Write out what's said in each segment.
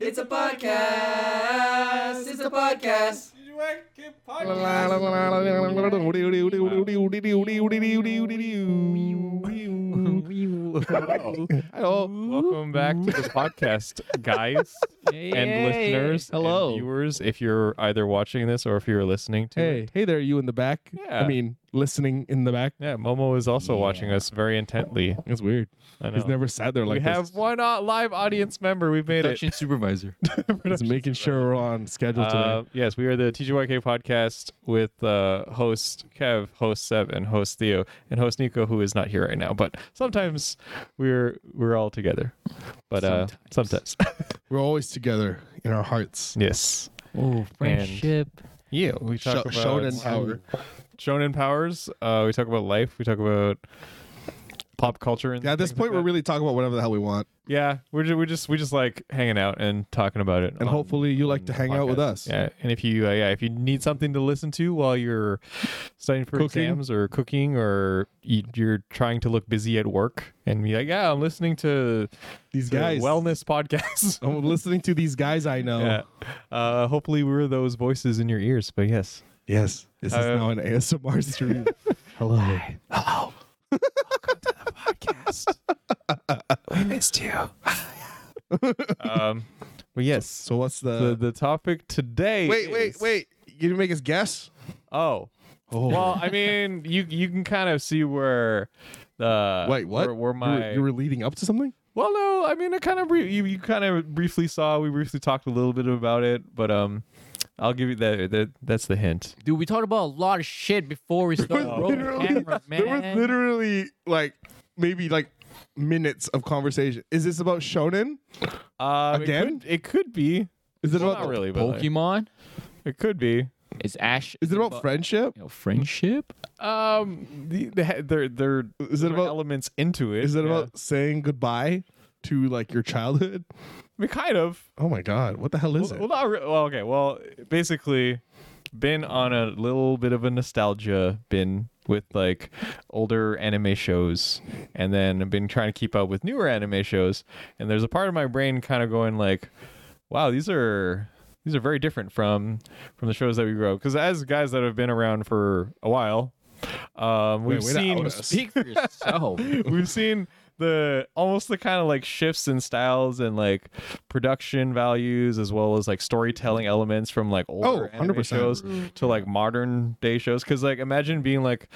It's a podcast. It's a podcast. Hello. Welcome back to the podcast, guys and listeners. and Hello. viewers. If you're either watching this or if you're listening to Hey, it. hey there, you in the back. I Yeah. mean, listening in the back. Yeah, Momo is also watching us very intently. That's weird. I know. He's never sat there we like this. have one o- live audience member. We've made it. production supervisor. He's making sure we're on schedule today. Uh, yes, we are the TGYK podcast with uh, host Kev, host Seb, and host Theo, and host Nico, who is not here right now. But sometimes we're we're all together. But uh, sometimes, We're always together in our hearts. yes, Oh, friendship. yeah. We talk about Sh- Shonen power. Shonen powers. Uh, we talk about life. We talk about pop culture. And Yeah, at this things like point, we're that. really talking about whatever the hell we want. yeah, we're just, we're just we just like hanging out and talking about it. And on- hopefully, you like to Um, on hang out with us. podcasts. Yeah, and if you uh, yeah if you need something to listen to while you're studying for Cooking. exams or cooking or you, you're trying to look busy at work and be like yeah I'm listening to these to guys. wellness podcasts. I'm listening to these guys I Oh. know. Yeah. Uh, hopefully we're those voices in your ears. But yes. Yes, this is Uh, now an ASMR stream. Hello. podcast. we missed you. um, but yes. so what's the the, the topic today. Uh, Wait, wait, is- wait! You didn't make us guess. Oh. Oh. Well, I mean, you you can kind of see where the Wait, what? Where, where You were- my you were leading up to something. well, no, I mean, I kind of brie- you you kind of briefly saw we briefly talked a little bit about it, but um, I'll give you that that that's the hint. Dude, we talked about a lot of shit before we started was rolling literally- camera, There was man. literally like maybe like minutes of conversation. Is this about Shonen? Um, it Again? could- it could, be. Is it Well, about not really, but like, Pokemon it could be. is Ash. Is it about friendship? you know, friendship? Um, the, the, he- there there Is it there are about- elements into it? Is it yeah. about saying goodbye to like your childhood? I mean, kind of. Oh my god! What the hell is Well, it? well, not re- well, okay. Well, basically, been on a little bit of a nostalgia bin with like older anime shows, and then I've been trying to keep up with newer anime shows. And there's a part of my brain kind of going like, "Wow, these are." These are very different from from the shows that we grew up. Because as guys that have been around for a while, um, we've way to seen out us. Speak for yourself. we've seen the almost the kind of like shifts in styles and like production values as well as like storytelling elements from like older Oh, anime 100%. shows to like modern day shows because like imagine being like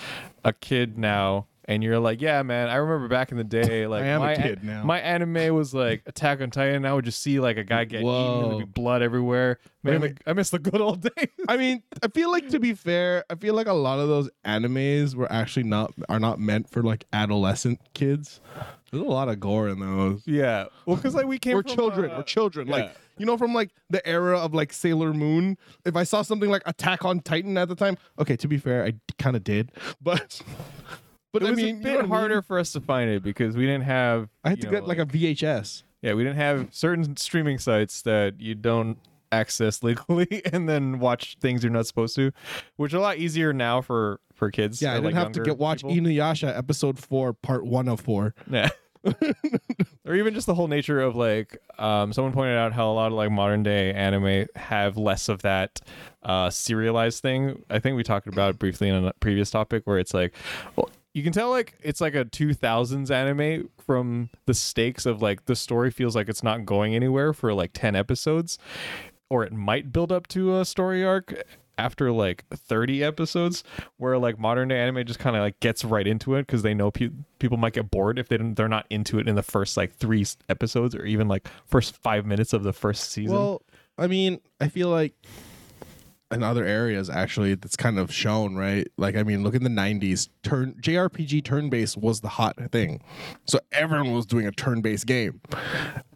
a kid now and you're like yeah man i remember back in the day like am a my, kid now. my anime was like attack on titan i would just see like a guy get eaten and Whoa. there'd be blood everywhere man Wait, i miss the good old days I mean, I feel like to be fair, I feel like a lot of those animes were actually not are not meant for like adolescent kids. There's a lot of gore in those. yeah well because like we came We're from, children. uh, we're children. yeah. Like you know, from like the era of like Sailor Moon. If I saw something like Attack on Titan at the time, okay. To be fair, I kind of did, but but it I was mean, a you know bit what I mean? harder for us to find it because we didn't have I had you to know, get like, a VHS. Yeah, we didn't have certain streaming sites that you don't access legally and then watch things you're not supposed to, which are a lot easier now for for kids. Yeah, I or, didn't like, have to younger get watch e- people. Inuyasha episode four, part one of four. Yeah. or even just the whole nature of like um, someone pointed out how a lot of like modern day anime have less of that uh, serialized thing i think we talked about it briefly in a previous topic where it's like well, you can tell like it's like a 2000s anime from the stakes of like the story feels like it's not going anywhere for like 10 episodes or it might build up to a story arc after like 30 episodes where like modern day anime just kind of like gets right into it because they know pe- people might get bored if they don't, they're not into it in the first like three s- episodes or even like first five minutes of the first season Well, I mean, I feel like in other areas actually that's kind of shown, right? Like I mean, look in the 90s, turn JRPG turn-based was the hot thing. So everyone was doing a turn-based game.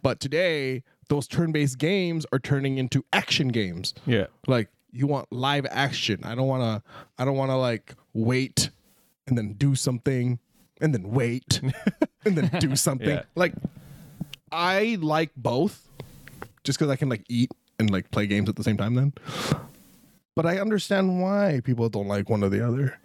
But today, those turn-based games are turning into action games. yeah Like you want live action. I don't want to I don't want to like wait and then do something and then wait and then do something. Yeah. Like I like both just because I can like eat and like play games at the same time then. But I understand why people don't like one or the other.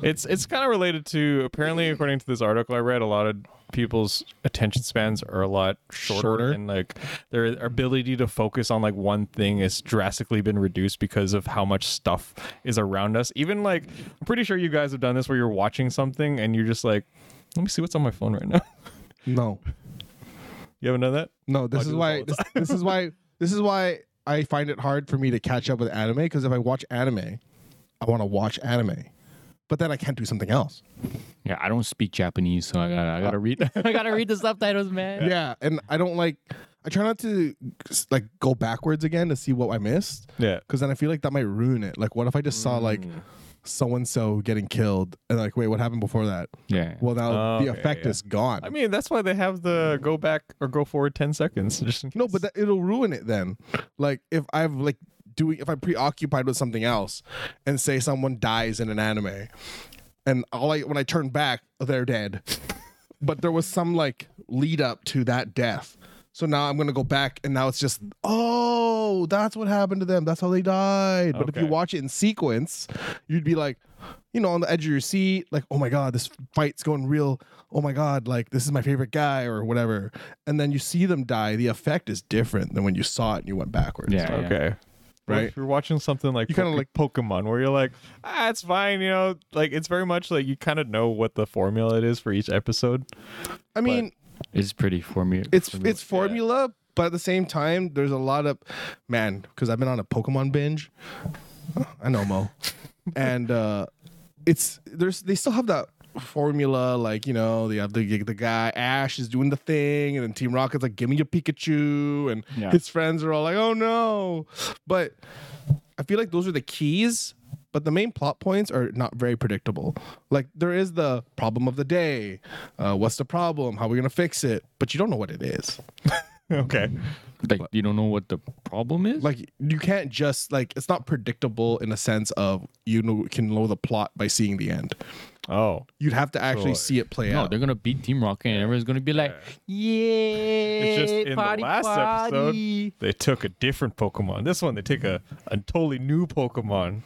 It's it's kind of related to apparently according to this article I read a lot of people's attention spans are a lot shorter, Shorter. and like their ability to focus on like one thing has drastically been reduced because of how much stuff is around us. Even like I'm pretty sure you guys have done this where you're watching something and you're just like let me see what's on my phone right now. No, you haven't done that? no. This do is this why. all This, this is why. This is why I find it hard for me to catch up with anime because if I watch anime, I want to watch anime, but then I can't do something else. Yeah, I don't speak Japanese, so I gotta, I gotta read. I gotta read the subtitles, man. Yeah, and I don't like. I try not to like go backwards again to see what I missed. Yeah. Mm. because then I feel like that might ruin it. Like, what if I just saw like so and so getting killed, and like, wait, what happened before that? Yeah. Well, now the Okay, effect Oh, yeah. is gone. I mean, that's why they have the go back or go forward 10 seconds. Just in no, case. but that, it'll ruin it then. Like, if I've like doing, if I'm preoccupied with something else, and say someone dies in an anime, and all I when I turn back, oh, they're dead. but there was some like lead up to that death. So now I'm gonna go back, and now it's just oh, that's what happened to them. That's how they died. But if you Okay. watch it in sequence, you'd be like, you know, on the edge of your seat, like oh my god, this fight's going real. Oh my god, like this is my favorite guy or whatever. And then you see them die. The effect is different than when you saw it and you went backwards. Yeah. Okay. But Right. If you're watching something like You kinda Poke- like- Pokemon, where you're like, ah, it's fine, you know, like it's very much like you kind of know what the formula it is for each episode. I mean, It's pretty formula. it's it's formula, but at the same time, there's a lot of man because I've been on a Pokemon binge. I know Mo, and uh, it's there's they still have that formula like you know they have the the guy Ash is doing the thing, and then Team Rocket's like give me your Pikachu, and Yeah. his friends are all like oh no, but I feel like those are the keys. But the main plot points are not very predictable. Like there is the problem of the day, uh, what's the problem? How are we gonna fix it? But you don't know what it is. okay. like you don't know what the problem is. like you can't just like it's not predictable in a sense of you know can know the plot by seeing the end. Oh. You'd have to actually Sure. see it play no, out. they're gonna beat Team Rocket, and everyone's gonna be like, "Yeah!" It's just in party, the last party. episode, they took a different Pokemon. This one, they take a, a totally new Pokemon.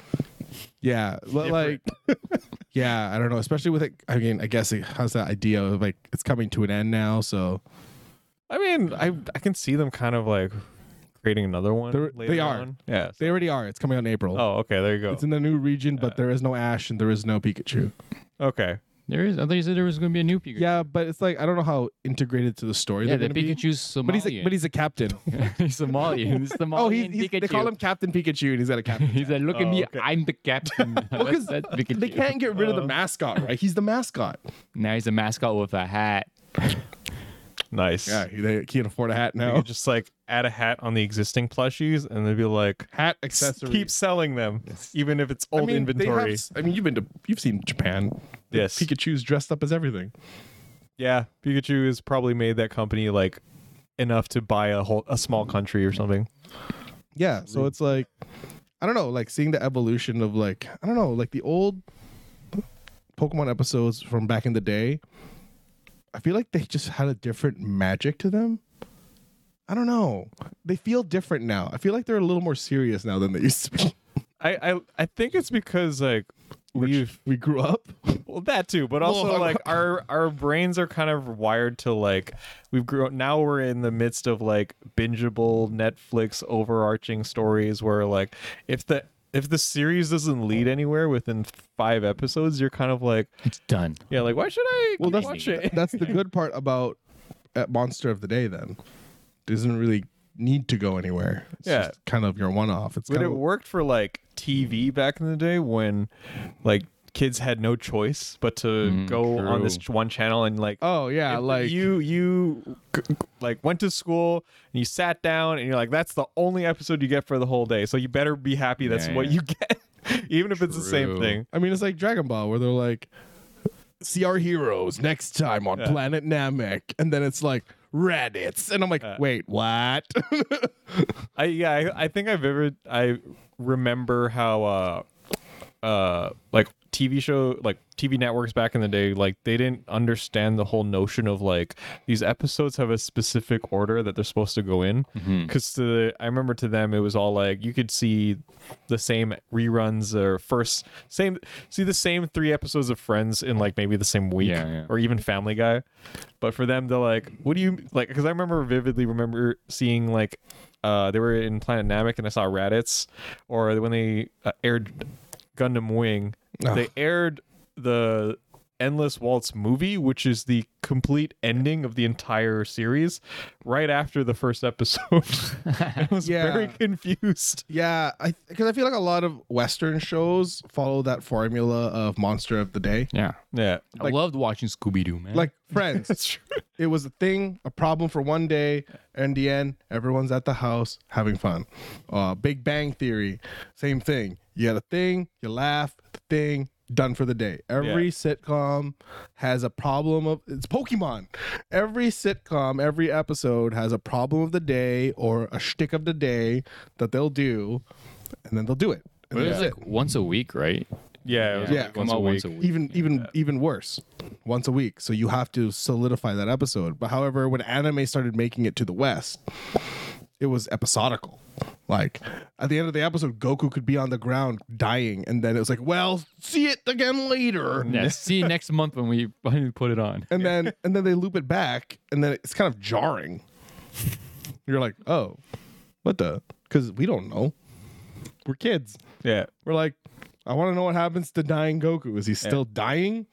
yeah, but like yeah, I don't know. Especially with it, I mean, I guess it has that idea of like it's coming to an end now. So I mean, I I can see them kind of like creating another one. They're- later they are. on. Yeah. they already are. It's coming out in April. Oh, okay. There you go. It's in the new region, but there is no Ash and there is no Pikachu. Okay. There is. I thought you said there was gonna be a new Pikachu. Yeah, but it's like I don't know how integrated to the story. yeah. they're The gonna be. Pikachu's Somalian. But he's a, but he's a captain. he's Somalian. He's Somalian. oh, he's, he's Pikachu. they call him Captain Pikachu, and he's got a captain. He's like, look at Oh, me, okay. I'm the captain. that's, 'cause that's They Pikachu. can't get rid of the mascot, right? He's the mascot. Now he's a mascot with a hat. Nice. Yeah, he, they can't afford a hat You now. could just like add a hat on the existing plushies, and they'd be like, Hat s- accessory. keep selling them, even if it's old I mean, they inventory. have- I mean, you've been to, you've seen Japan. Yes. Pikachu's dressed up as everything. Yeah, Pikachu has probably made that company like enough to buy a whole a small country or something. Yeah, so it's like, I don't know, like seeing the evolution of like, I don't know, like the old Pokemon episodes from back in the day. I feel like they just had a different magic to them. I don't know. They feel different now. I feel like they're a little more serious now than they used to be. I I, I think it's because like we've We grew up. well that too, but also Well, like our our brains are kind of wired to like we've grown now we're in the midst of like bingeable Netflix overarching stories where like if the if the series doesn't lead anywhere within five episodes, you're kind of like, It's done. yeah, like why should I Well, keep that's watch it? that's the good part about at Monster of the Day. Then doesn't really need to go anywhere. It's Yeah. just kind of your one off. It's But kind it of, worked for like TV back in the day when like kids had no choice but to go on this ch- one channel and like oh Mm, yeah, if like you you c- c- like went to school and you sat down and you're like that's the only episode you get for the whole day so you better be happy that's Yeah, what yeah. you get even if it's the same True. thing I mean, it's like Dragon Ball where they're like, see our heroes next time on Planet Namek, and then it's like Raditz, and I'm like, wait, what? I yeah, I, I think I've ever I remember how uh uh like TV show, like TV networks back in the day, like they didn't understand the whole notion of like these episodes have a specific order that they're supposed to go in. Mm-hmm. Because I remember to them, it was all like you could see the same reruns or first same see the same three episodes of Friends in like maybe the same week Yeah, yeah. or even Family Guy. But for them, they're like, what do you like? Because I remember vividly remember seeing like uh, they were in Planet Namek and I saw Raditz, or when they uh, aired Gundam Wing, they aired the Endless Waltz movie, which is the complete ending of the entire series, right after the first episode. I was Yeah. very confused. Yeah, I because I feel like a lot of Western shows follow that formula of monster of the day, Yeah. Yeah, Like- I loved watching Scooby Doo, man. like Friends. that's true. it was a thing, a problem for one day. In the end, everyone's at the house having fun. Uh, Big Bang Theory, same thing. You had a thing, you laugh, the thing, done for the day. Every Yeah. sitcom has a problem of it's Pokemon. Every sitcom, every episode has a problem of the day or a shtick of the day that they'll do, and then they'll do it. And But it that's was it. like once a week, right? Yeah, it was Yeah. like come out once a week. even even even worse once a week so you have to solidify that episode but however when anime started making it to the west it was episodical like at the end of the episode goku could be on the ground dying and then it was like well see it again later yeah. See you next month when we finally put it on. and then and then they loop it back and then it's kind of jarring you're like oh what the because we don't know we're kids yeah. we're like i want to know what happens to dying goku is he still dying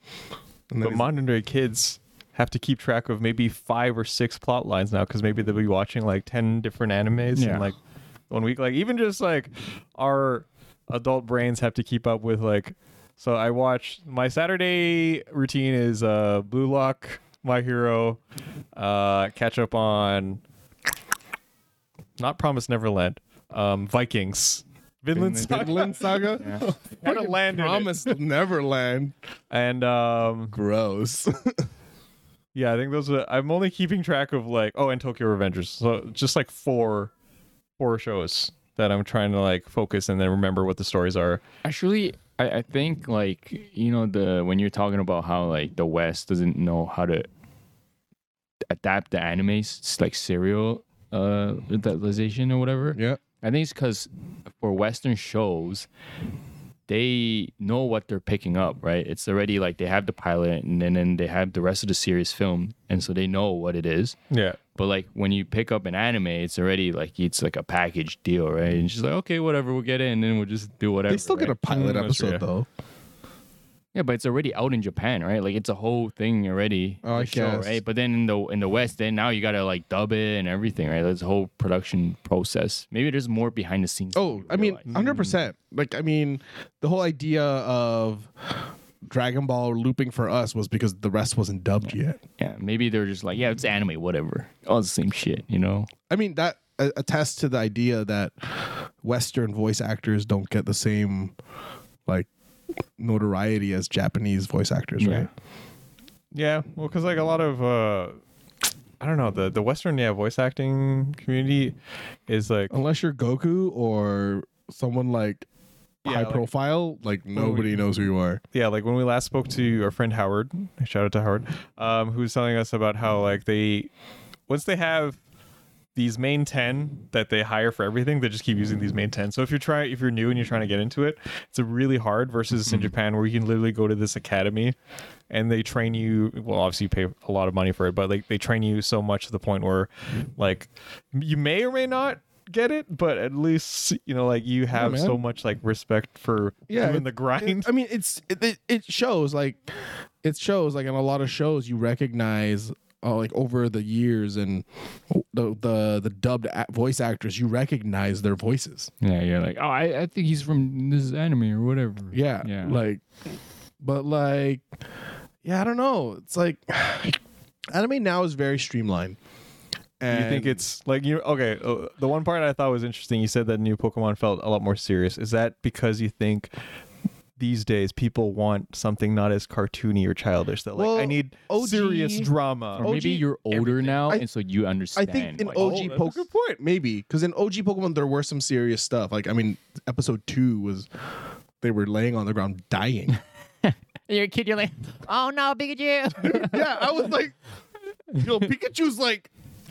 and then But he's- modern day kids have to keep track of maybe five or six plot lines now because maybe they'll be watching like 10 different animes in Yeah. like one week. Like, even just like our adult brains have to keep up with like. So I watch my Saturday routine is uh, Blue Lock, My Hero, uh, catch up on not Promise Neverland, um, Vikings, Vinland Saga, Vinland Saga. Had a land in it. Promised Neverland. and um, Gross. Yeah, I think those are. I'm only keeping track of like oh, and Tokyo Revengers. So just like four, four shows that I'm trying to like focus and then remember what the stories are. Actually, I, I think like you know the when you're talking about how like the West doesn't know how to adapt the animes it's like serial uh adaptation or whatever. yeah. I think it's because for Western shows, they know what they're picking up, right? It's already like they have the pilot and then, then they have the rest of the series filmed, and so they know what it is. Yeah, But like when you pick up an anime, it's already like it's like a package deal, right? And she's like, okay, whatever, we'll get it, and then we'll just do whatever. They still right? get a pilot Mm, that's episode true, yeah. though. Yeah, but it's already out in Japan, right? Like it's a whole thing already. Oh, I the guess. right? But then in the in the West, then now you gotta like dub it and everything, right? There's a whole production process. Maybe there's more behind the scenes. than Oh, you I mean, realize. hundred percent. Like, I mean, the whole idea of Dragon Ball looping for us was because the rest wasn't dubbed yet. yeah, maybe they're just like, yeah, it's anime, whatever. All the same shit, you know? I mean, that uh, attests to the idea that Western voice actors don't get the same like notoriety as Japanese voice actors, Yeah. right? yeah. Well, because like a lot of uh, I don't know the the Western yeah voice acting community is like Unless you're Goku or someone like Yeah, high like- profile, like nobody knows who you are. yeah, like when we last spoke to our friend Howard, shout out to Howard, um, who was telling us about how like they once they have these main 10 that they hire for everything they just keep using these main 10 so if you're trying if you're new and you're trying to get into it it's a really hard versus Mm-hmm. in japan where you can literally go to this academy and they train you well obviously you pay a lot of money for it but like they train you so much to the point where like you may or may not get it but at least you know like you have man. so much like respect for Yeah, doing it- the grind I mean, it's it, it, it shows like it shows like in a lot of shows you recognize uh, like over the years and the the the dubbed a- voice actors you recognize their voices. Yeah, you're like, oh, I, I think he's from this anime or whatever. Yeah, Yeah. Like, but like, yeah, I don't know. It's like anime now is very streamlined. Do And you think it's like you okay uh, the one part i thought was interesting you said that new pokemon felt a lot more serious is that because you think these days people want something not as cartoony or childish that like i Well, need OG serious drama Or maybe OG you're older now, I- and so you I understand. think in like, OG oh, that's a Pokemon, good point. maybe because in OG Pokemon there were some serious stuff. Like I mean, episode two was they were laying on the ground dying. and you're a kid, you're like, oh no, Pikachu. yeah, I was like, you know, Pikachu's like,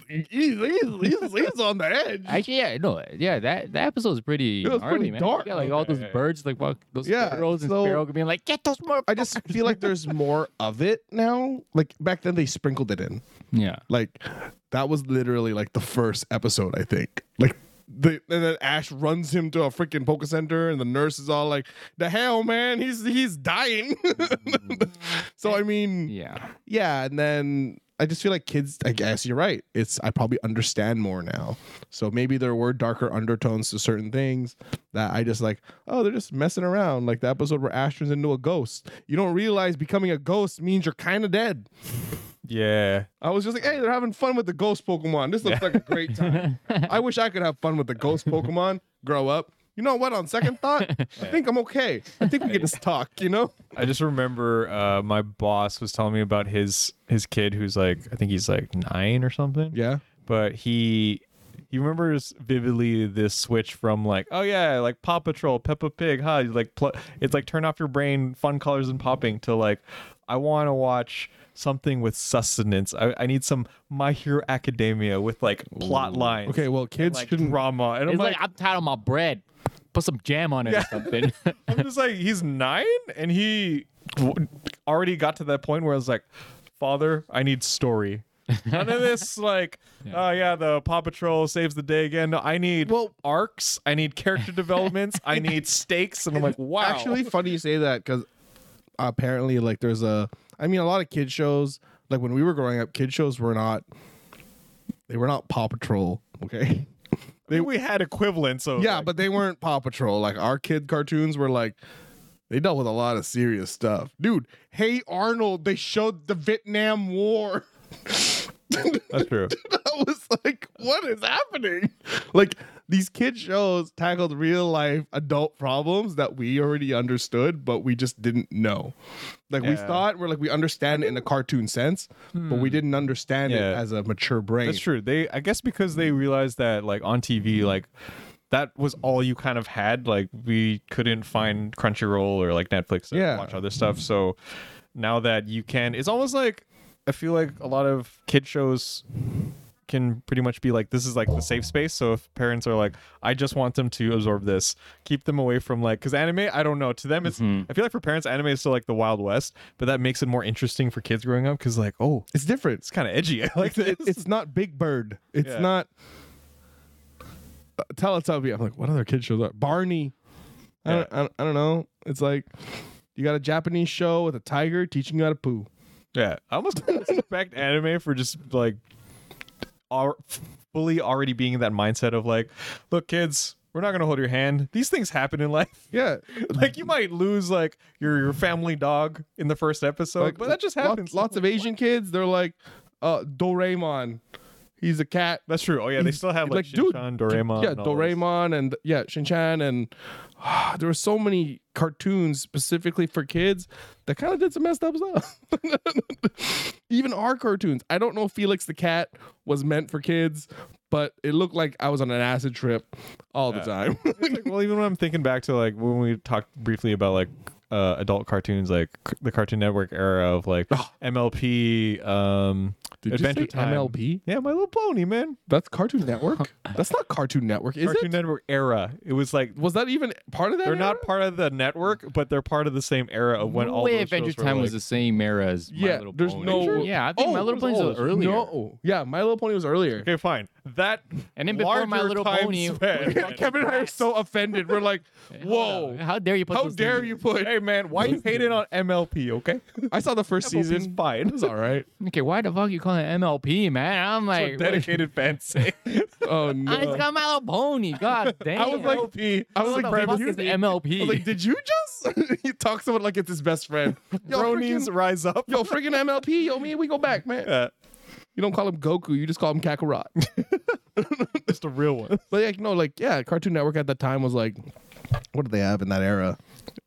he's, he's, he's, he's on the edge. Actually, yeah, no, yeah, that that episode was pretty It was gnarly, pretty man. dark. Yeah, like all those birds, like walk, those Yeah, sparrows and so- sparrow being like, get those more. I just feel like there's more of it now. Like back then, they sprinkled it in. yeah, Like that was literally like the first episode, I think. Like the and then Ash runs him to a freaking poker center, and the nurse is all like, "The hell, man, he's he's dying." so I mean, yeah. yeah, and then I just feel like kids. I guess you're right. It's I probably understand more now. So maybe there were darker undertones to certain things that I just like. Oh, they're just messing around. Like the episode where Ash turns into a ghost. You don't realize becoming a ghost means you're kind of dead. Yeah. I was just like, hey, they're having fun with the ghost Pokemon. This looks like a great time. I wish I could have fun with the ghost Pokemon. Grow up. You know what? On second thought, I think I'm okay. I think we can just talk. You know. I just remember uh, my boss was telling me about his his kid who's like I think he's like nine or something. Yeah. But he he remembers vividly this switch from like oh yeah like Paw Patrol Peppa Pig huh You, like pl- it's like turn off your brain fun colors and popping to like I want to watch something with sustenance I, I need some My Hero Academia with like plot lines Okay. Well, kids like shouldn't. drama and I'm It's like, like, I'm tired of my bread. Put some jam on it or something. I'm just like, he's nine, and he w- already got to that point where I was like, Father, I need story. None of this, like, oh yeah. the Paw Patrol saves the day again. No, I need Well- arcs. I need character developments. I need stakes. And I'm like, wow. actually funny you say that because apparently like there's a i mean a lot of kid shows like when we were growing up kid shows were not they were not paw patrol okay I mean, we had equivalents. Of, yeah like, but they weren't paw patrol like our kid cartoons were like they dealt with a lot of serious stuff dude hey arnold they showed the vietnam war that's true. I was like, what is happening? Like, these kid shows tackled real life adult problems that we already understood, but we just didn't know. Like, we Yeah. Hmm. thought we're like, we understand it in a cartoon sense, but we didn't understand it Yeah. as a mature brain. That's true. They, I guess, because they realized that, like, on TV, like. That was all you kind of had. Like we couldn't find Crunchyroll or like Netflix to Yeah. watch other stuff. So now that you can, it's almost like I feel like a lot of kid shows can pretty much be like this is like the safe space. So if parents are like, I just want them to absorb this, keep them away from like because anime, I don't know. To them, it's Mm-hmm. I feel like for parents, anime is still like the Wild West, but that makes it more interesting for kids growing up because like oh, It's different. it's kind of edgy. I like this. It- it's not Big Bird. It's Yeah. not uh, Teletubby. I'm like, what other kid shows are? Barney. I, don't, I, don't, I don't know. It's like, you got a Japanese show with a tiger teaching you how to poo. Yeah, I almost expect anime for just like are fully already being in that mindset of like, look, kids, we're not gonna hold your hand. These things happen in life. Yeah. Like you might lose like your your family dog in the first episode, Like, but that just lots- happens. Lots, of Asian kids, they're like, uh, Doraemon. He's a cat. That's true. Oh yeah, they still have like, like, dude, Shinchan, Doraemon. yeah, and all those. Doraemon and yeah, Shinchan and ah, there were so many cartoons specifically for kids that kind of did some messed up stuff. Even our cartoons. I don't know if Felix the Cat was meant for kids, but it looked like I was on an acid trip all the time. It's like, well, even when I'm thinking back to like when we talked briefly about like uh, adult cartoons, like c- the Cartoon Network era of like MLP, Ah. um, Did Adventure you say Time. MLP? Yeah, My Little Pony, man. That's Cartoon Network? That's not Cartoon Network, is Cartoon it? Network era. It was like Was that even part of that? They're era? not part of the network, but they're part of the same era of when all Way those Adventure shows were, Time like- was the same era as My Yeah, Little there's Pony. no. Yeah, I think My Oh, Little it was Pony was old. earlier. No, yeah, My Little Pony was earlier. Okay, fine. That And then before My larger Little time Pony, span- Kevin and I are so offended. We're like, whoa, How dare you put how those dare things- you put? hey man, why you hating on MLP? Okay, I saw the first season. MLP's fine. It was all right. Okay, why the fuck you calling it MLP, man? I'm like, Dedicated fans say. Oh no. I just got My Little Pony. God damn. I was like, MLP. I was what like, the Brad, fuck you- is I was like, MLP? did you just? he talks to it like it's his best friend. Yo, Bronies freaking, rise up. yo, freaking MLP, yo, me, we go back, man. Yeah, You don't call him Goku, you just call him Kakarot. it's the real one. but like, no, like, yeah, Cartoon Network at that time was like, what did they have in that era?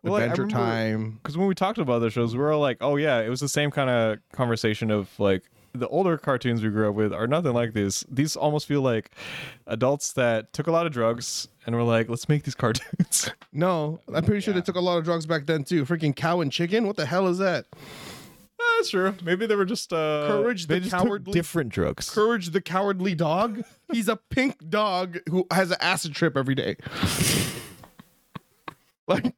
Well, like, I Adventure remember- Time. Because when we talked about other shows, we were all like, oh yeah, it was the same kind of conversation of like the older cartoons we grew up with are nothing like these. These almost feel like adults that took a lot of drugs and were like, let's make these cartoons. No, I'm pretty sure they took a lot of drugs back then too. Freaking cow and chicken. What the hell is that? Ah, That's true. Maybe they were just uh, Courage they the just took Cowardly- different drugs. Courage the cowardly dog. He's a pink dog who has an acid trip every day. like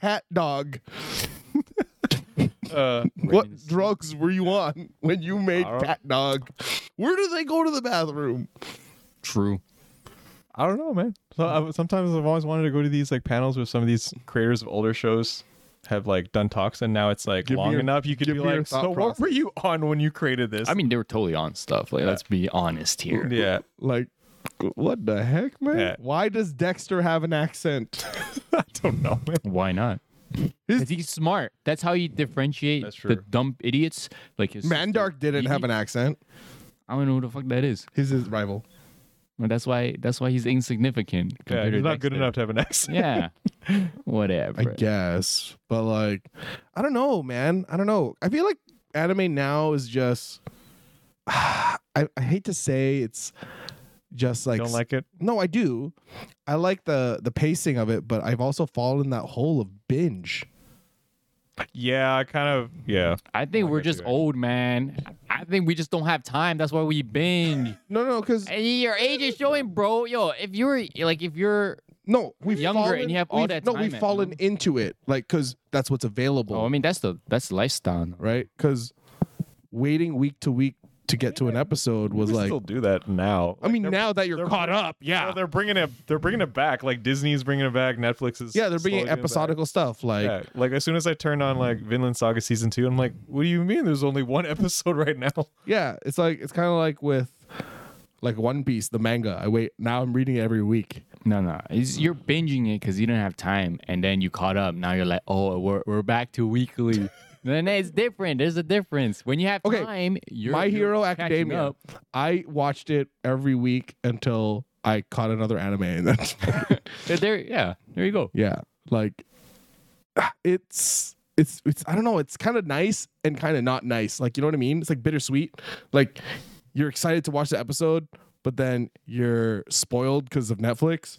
cat dog. uh, What drugs were you on when you made cat dog? Where do they go to the bathroom? True. I don't know, man. So I, sometimes I've always wanted to go to these like panels where some of these creators of older shows have like done talks, and now it's like me long your- enough you could give be me your like, so thought what process." were you on when you created this? I mean, they were totally on stuff. Like, let's be honest here. yeah, Like, what the heck, man? Yeah. Why does Dexter have an accent? I don't know, man. Why not? Because he's smart. That's how you differentiate That's the true. dumb idiots. Like his Mandark didn't have an accent. I don't know who the fuck that is. He's his rival. Well, that's why. That's why he's insignificant. Yeah, compared he's to not good Dexter. enough to have an accent. Yeah. Whatever. I guess. But like I don't know, man. I don't know. I feel like anime now is just I, I hate to say it's just like, Don't like it. no, I do. I like the the pacing of it, but I've also fallen in that hole of binge. Yeah, I kind of. Yeah, I think we're just old, man. I think we just don't have time. That's why we binge. No, no, because Hey, your age is showing, bro. Yo, if you're like, if you're, no, we've Younger and fallen, you have all we've- that No, time we've at fallen home. into it, like because that's what's available, oh, I mean, that's the that's lifestyle. right? Because waiting week to week to get to an episode was we like, still do that now. I mean, now that you're they're- caught up, yeah, they're bringing it. They're bringing it back. Like Disney's bringing it back. Netflix is. yeah, they're slowly bringing doing it back. episodical stuff, like Yeah, like as soon as I turned on like Vinland Saga season two, I'm like, what do you mean? There's only one episode right now. Yeah, it's like it's kind of like with like One Piece, the manga. I wait now. I'm reading it every week. No, no, it's, you're binging it because you didn't have time, and then you caught up. Now you're like, oh, we're we're back to weekly. then it's different. There's a difference when you have Okay, time. You're, My you're Hero catching Academia. up. I watched it every week until I caught another anime, and that's There- There, yeah, there you go. yeah, like it's. It's, it's I don't know it's kind of nice and kind of not nice like you know what I mean it's like bittersweet like you're excited to watch the episode but then you're spoiled because of Netflix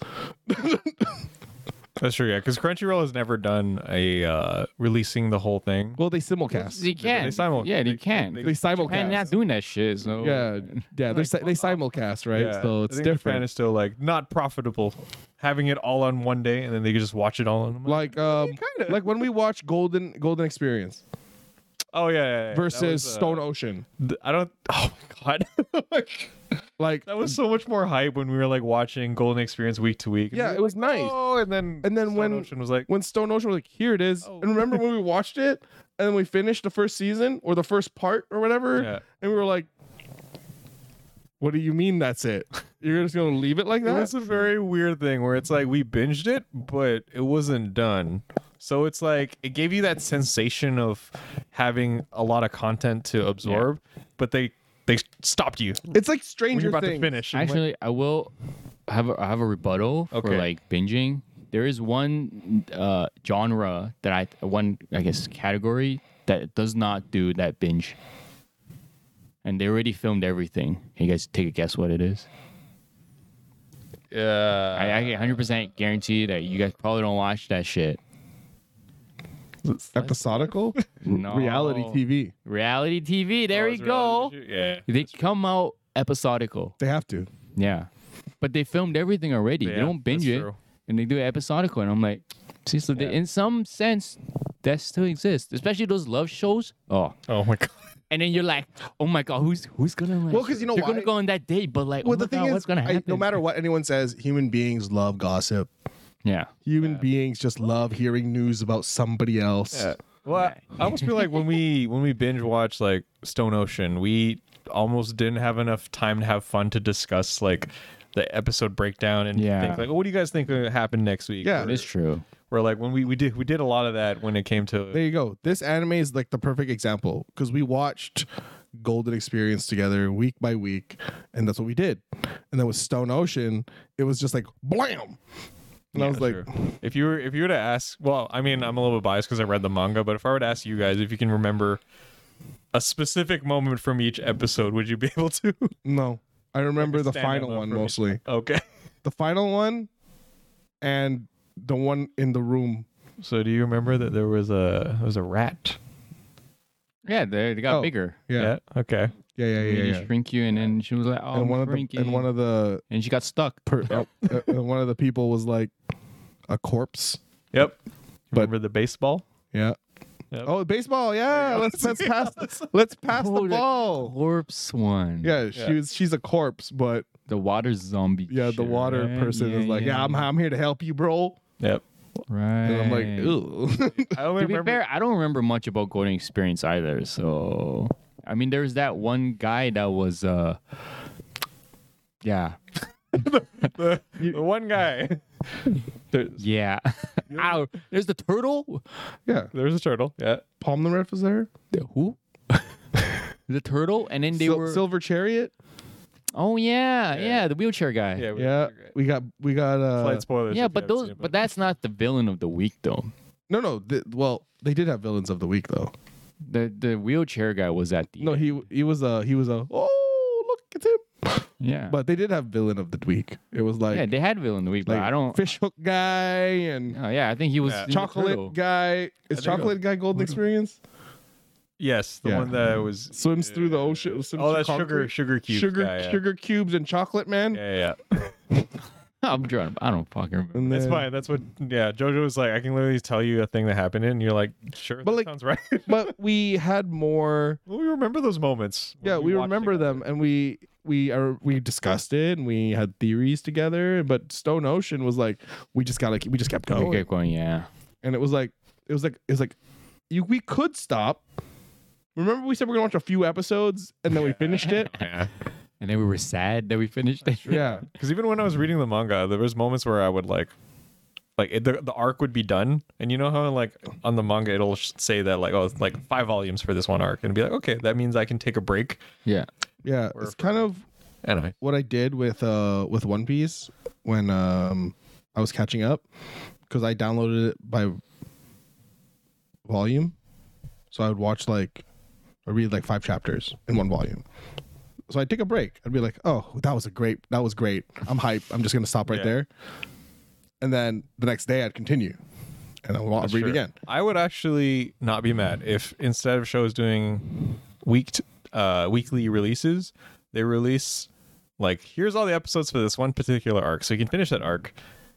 That's true, yeah. Because Crunchyroll has never done a uh, releasing the whole thing. well they simulcast You can, simul- yeah, they- you can. they simulcast Japan not doing that shit. So yeah yeah they si- they simulcast right so I it's think Japan different is still like not profitable, having it all on one day, and then they can just watch it all on. like Like, um like when we watch golden golden experience oh yeah, yeah, yeah. That versus was, uh, stone ocean th- I don't. Oh my god, like that was so much more hype when we were like watching Golden Experience week to week. and yeah we it were was like, nice Oh, and then And then Stone when- Ocean was like, when stone ocean was like here it is and remember when we watched it and then we finished the first season or the first part or whatever Yeah. and we were like what do you mean that's it you're just gonna leave it like it that was a very weird thing where it's like we binged it, but it wasn't done. So it's like it gave you that sensation of having a lot of content to absorb, but they they stopped you. it's like when stranger you're about things to finish. and I'm like, Actually, I will have a, I have a rebuttal for Okay. like binging. There is one uh, genre that I one I guess category that does not do that binge, and they already filmed everything. Can you guys take a guess what it is? yeah. I, I can 100% guarantee that you guys probably don't watch that shit. episodical No. Oh, reality tv Reality TV. There we it's go. reality show. Yeah. They come out episodical. they have to Yeah. But they filmed everything already. they Yeah, don't binge that's it. true. And they do it episodical. And I'm like, see, so they, in some sense, that still exists. Especially those love shows. Oh. Oh my god. And then you're like, oh my God, who's who's gonna like Well, 'cause you know they're gonna why? go on that date, but like well oh the my thing God, is what's gonna I- happen? no matter what anyone says human beings love gossip Yeah. human beings just love hearing news about somebody else Yeah. Well, I- I almost feel like when we when we binge watch like Stone Ocean, we almost didn't have enough time to have fun to discuss like the episode breakdown and Yeah. think like, oh, what do you guys think will happen next week? Yeah. Or- It's true. where like when we we did we did a lot of that when it came to There you go. This anime is like the perfect example because we watched Golden Experience together week by week, and that's what we did. And then with Stone Ocean, it was just like blam. And I was like, if you were if you were to ask well i mean i'm a little bit biased because i read the manga but if i were to ask you guys if you can remember a specific moment from each episode, would you be able to? No, I remember the stand-up final one one for me. mostly. okay. The final one, and the one in the room. So do you remember that there was a there was a rat? Yeah, they, they got Oh, bigger. Yeah, Okay. They yeah, yeah, yeah. Mm-hmm. yeah, just shrink you, and then she was like, "Oh, And I'm one of the shrinking," and one of the and she got stuck. per, uh, uh, and one of the people was like a corpse. Yep. But- remember the baseball? Yeah. Yep. Oh, baseball. Yeah. Let's let's pass let's pass the Oh, that- ball. Corpse one. Yeah, Yeah. she was she's a corpse, but the water zombie. yeah, the shit, water right? person is like, yeah, I'm I'm here to help you, bro. Yep. right. And I'm like, ooh. I only To be remember fair, I don't remember much about Golden Experience either. So, I mean, there was that one guy that was, uh, yeah, the one guy. there's, yeah. Ow, there's the turtle. yeah. there's a turtle. Yeah. Palm the Rift was there. The who? the turtle, and then they Sil- were. Silver Chariot. oh yeah, yeah, the wheelchair guy. Yeah, Yeah. we- Yeah. okay. We got we got uh Slight spoilers. if you but haven't those, seen it, but that's not the villain of the week though. No, no. th well, they did have villains of the week though. The the wheelchair guy was at the No, he he was a he was a oh look it's him. yeah, But they did have villain of the week. It was like yeah, they had villain of the week, like but I don't. fish hook guy and Oh, yeah, I think he was Yeah. in the turtle. chocolate guy. Is think it chocolate guy golden experience? yes, the Yeah. one that was Swims through the ocean. swims Oh, through that's sugar concrete. sugar cube. sugar guy, yeah. sugar cubes and chocolate man. Yeah, yeah. yeah. I'm trying. I don't fucking remember. And That's then- fine. That's what. Yeah, JoJo was like, I can literally tell you a thing that happened, and you're like, sure, But, that like- sounds right. But we had more. well, we remember those moments. when Yeah, we watched remember together. them, and we we are we discussed it, and we had theories together. But Stone Ocean was like, we just gotta keep, we just kept going, We kept going, yeah. and it was like it was like it was like, you, we could stop. Remember, we said we're gonna watch a few episodes, and then we finished it. And then we were sad that we finished it. Yeah, Because even when I was reading the manga, there was moments where I would like, like it, the the arc would be done, and you know how like on the manga it'll sh- say that like oh it's like five volumes for this one arc, and be like okay that means I can take a break. yeah. yeah. It's kind of And I what I did with uh with One Piece when um I was catching up because I downloaded it by volume, so I would watch like I read like five chapters in one volume. So I'd take a break. I'd be like, "Oh, that was a great. That was great. I'm hype. I'm just gonna stop right Yeah. there." And then the next day, I'd continue, and I'll wa- read Sure. again. I would actually not be mad if instead of shows doing week t- uh, weekly releases, they release like here's all the episodes for this one particular arc, so you can finish that arc,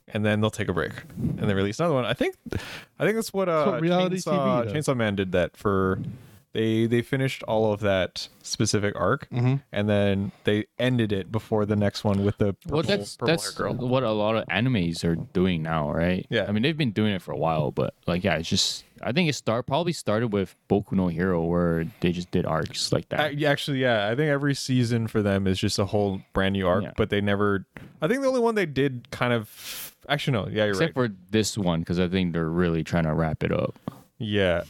and then they'll take a break and they release another one. I think I think that's what, uh, what reality Chainsaw, TV does. Chainsaw Man did that for. They they finished all of that specific arc, Mm-hmm. and then they ended it before the next one with the purple, Well, that's purple that's hair girl. what a lot of animes are doing now, right? Yeah. I mean, they've been doing it for a while, but like, yeah, it's just I think it start probably started with Boku no Hero, where they just did arcs like that. Ac- Actually, yeah, I think every season for them is just a whole brand new arc, Yeah. but they never. I think the only one they did kind of. Actually, no. Yeah, you're Except right. for this one, because I think they're really trying to wrap it up. yeah,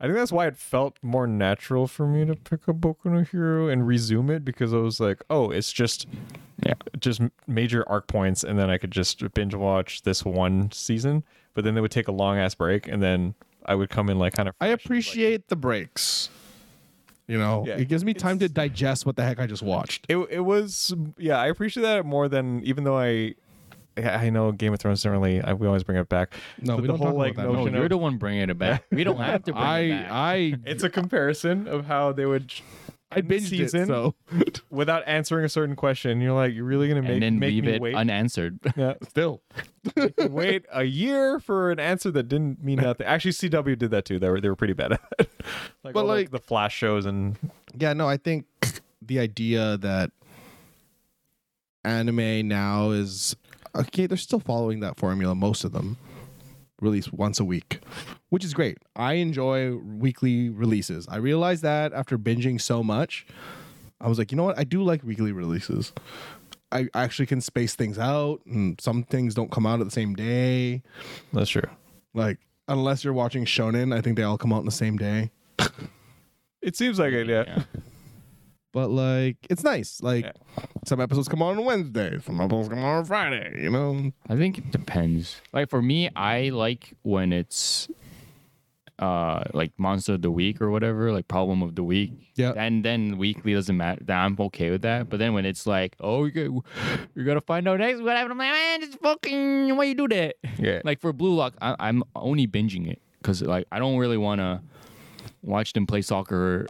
I think that's why it felt more natural for me to pick up Boku no Hero and resume it because I was like, oh, it's just, Yeah. just m- major arc points, and then I could just binge watch this one season. But then they would take a long ass break, and then I would come in like kind of. I appreciate the breaks. You know, Yeah, it gives me time to digest what the heck I just watched. it it was yeah i appreciate that more than even though i yeah, I know Game of Thrones don't really. I, we always bring it back. No, But we the don't whole talk about like that. No, No, notion you're of, the one bringing it back. We don't have to bring it back. I I it's a comparison of how they would I end the binged it, so without answering a certain question. You're like, you're really gonna make and then make leave me it wait, unanswered. Yeah. still. wait a year for an answer that didn't mean nothing. Actually, CW did that too. They were they were pretty bad at it. like, But, all, like- the Flash shows and Yeah, no, I think the idea that anime now is okay, they're still following that formula, most of them. Release once a week, which is great. I enjoy weekly releases. I realized that after binging so much, I was like, you know what? I do like weekly releases. I actually can space things out, and some things don't come out at the same day. that's true. Like, unless you're watching Shonen, I think they all come out on the same day. It seems like it. Yeah. but like it's nice. Like Yeah. some episodes come on on Wednesday, some episodes come on on Friday. You know, I think it depends. Like for me, I like when it's uh like monster of the week or whatever, like problem of the week. Yeah. And then weekly doesn't matter. Then I'm okay with that. But then when it's like, oh, you got, you're gonna find out next what happened. I'm like, man, it's fucking why you do that. Yeah. Like for Blue Lock, I, I'm only binging it because like I don't really wanna watch them play soccer.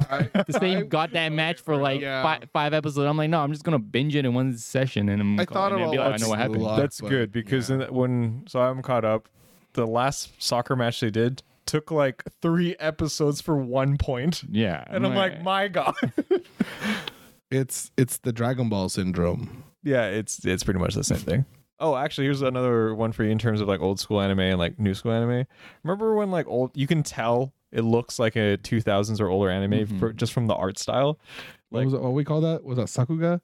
the same goddamn match for like Yeah. fi- five episodes. I'm like, no, I'm just gonna binge it in one session and I'm I gonna thought and about be like, I watching know what happened. Blue Lock. That's but- good because in the- when so I'm caught up. The last soccer match they did took like three episodes for one point, Yeah. and I'm like, my god. It's it's the Dragon Ball syndrome. yeah, it's it's pretty much the same thing. Oh, actually, here's another one for you in terms of like old school anime and like new school anime. Remember when like old, you can tell it looks like a 2000s or older anime for, just from the art style. What Like- was it, what we call that? Was that sakuga?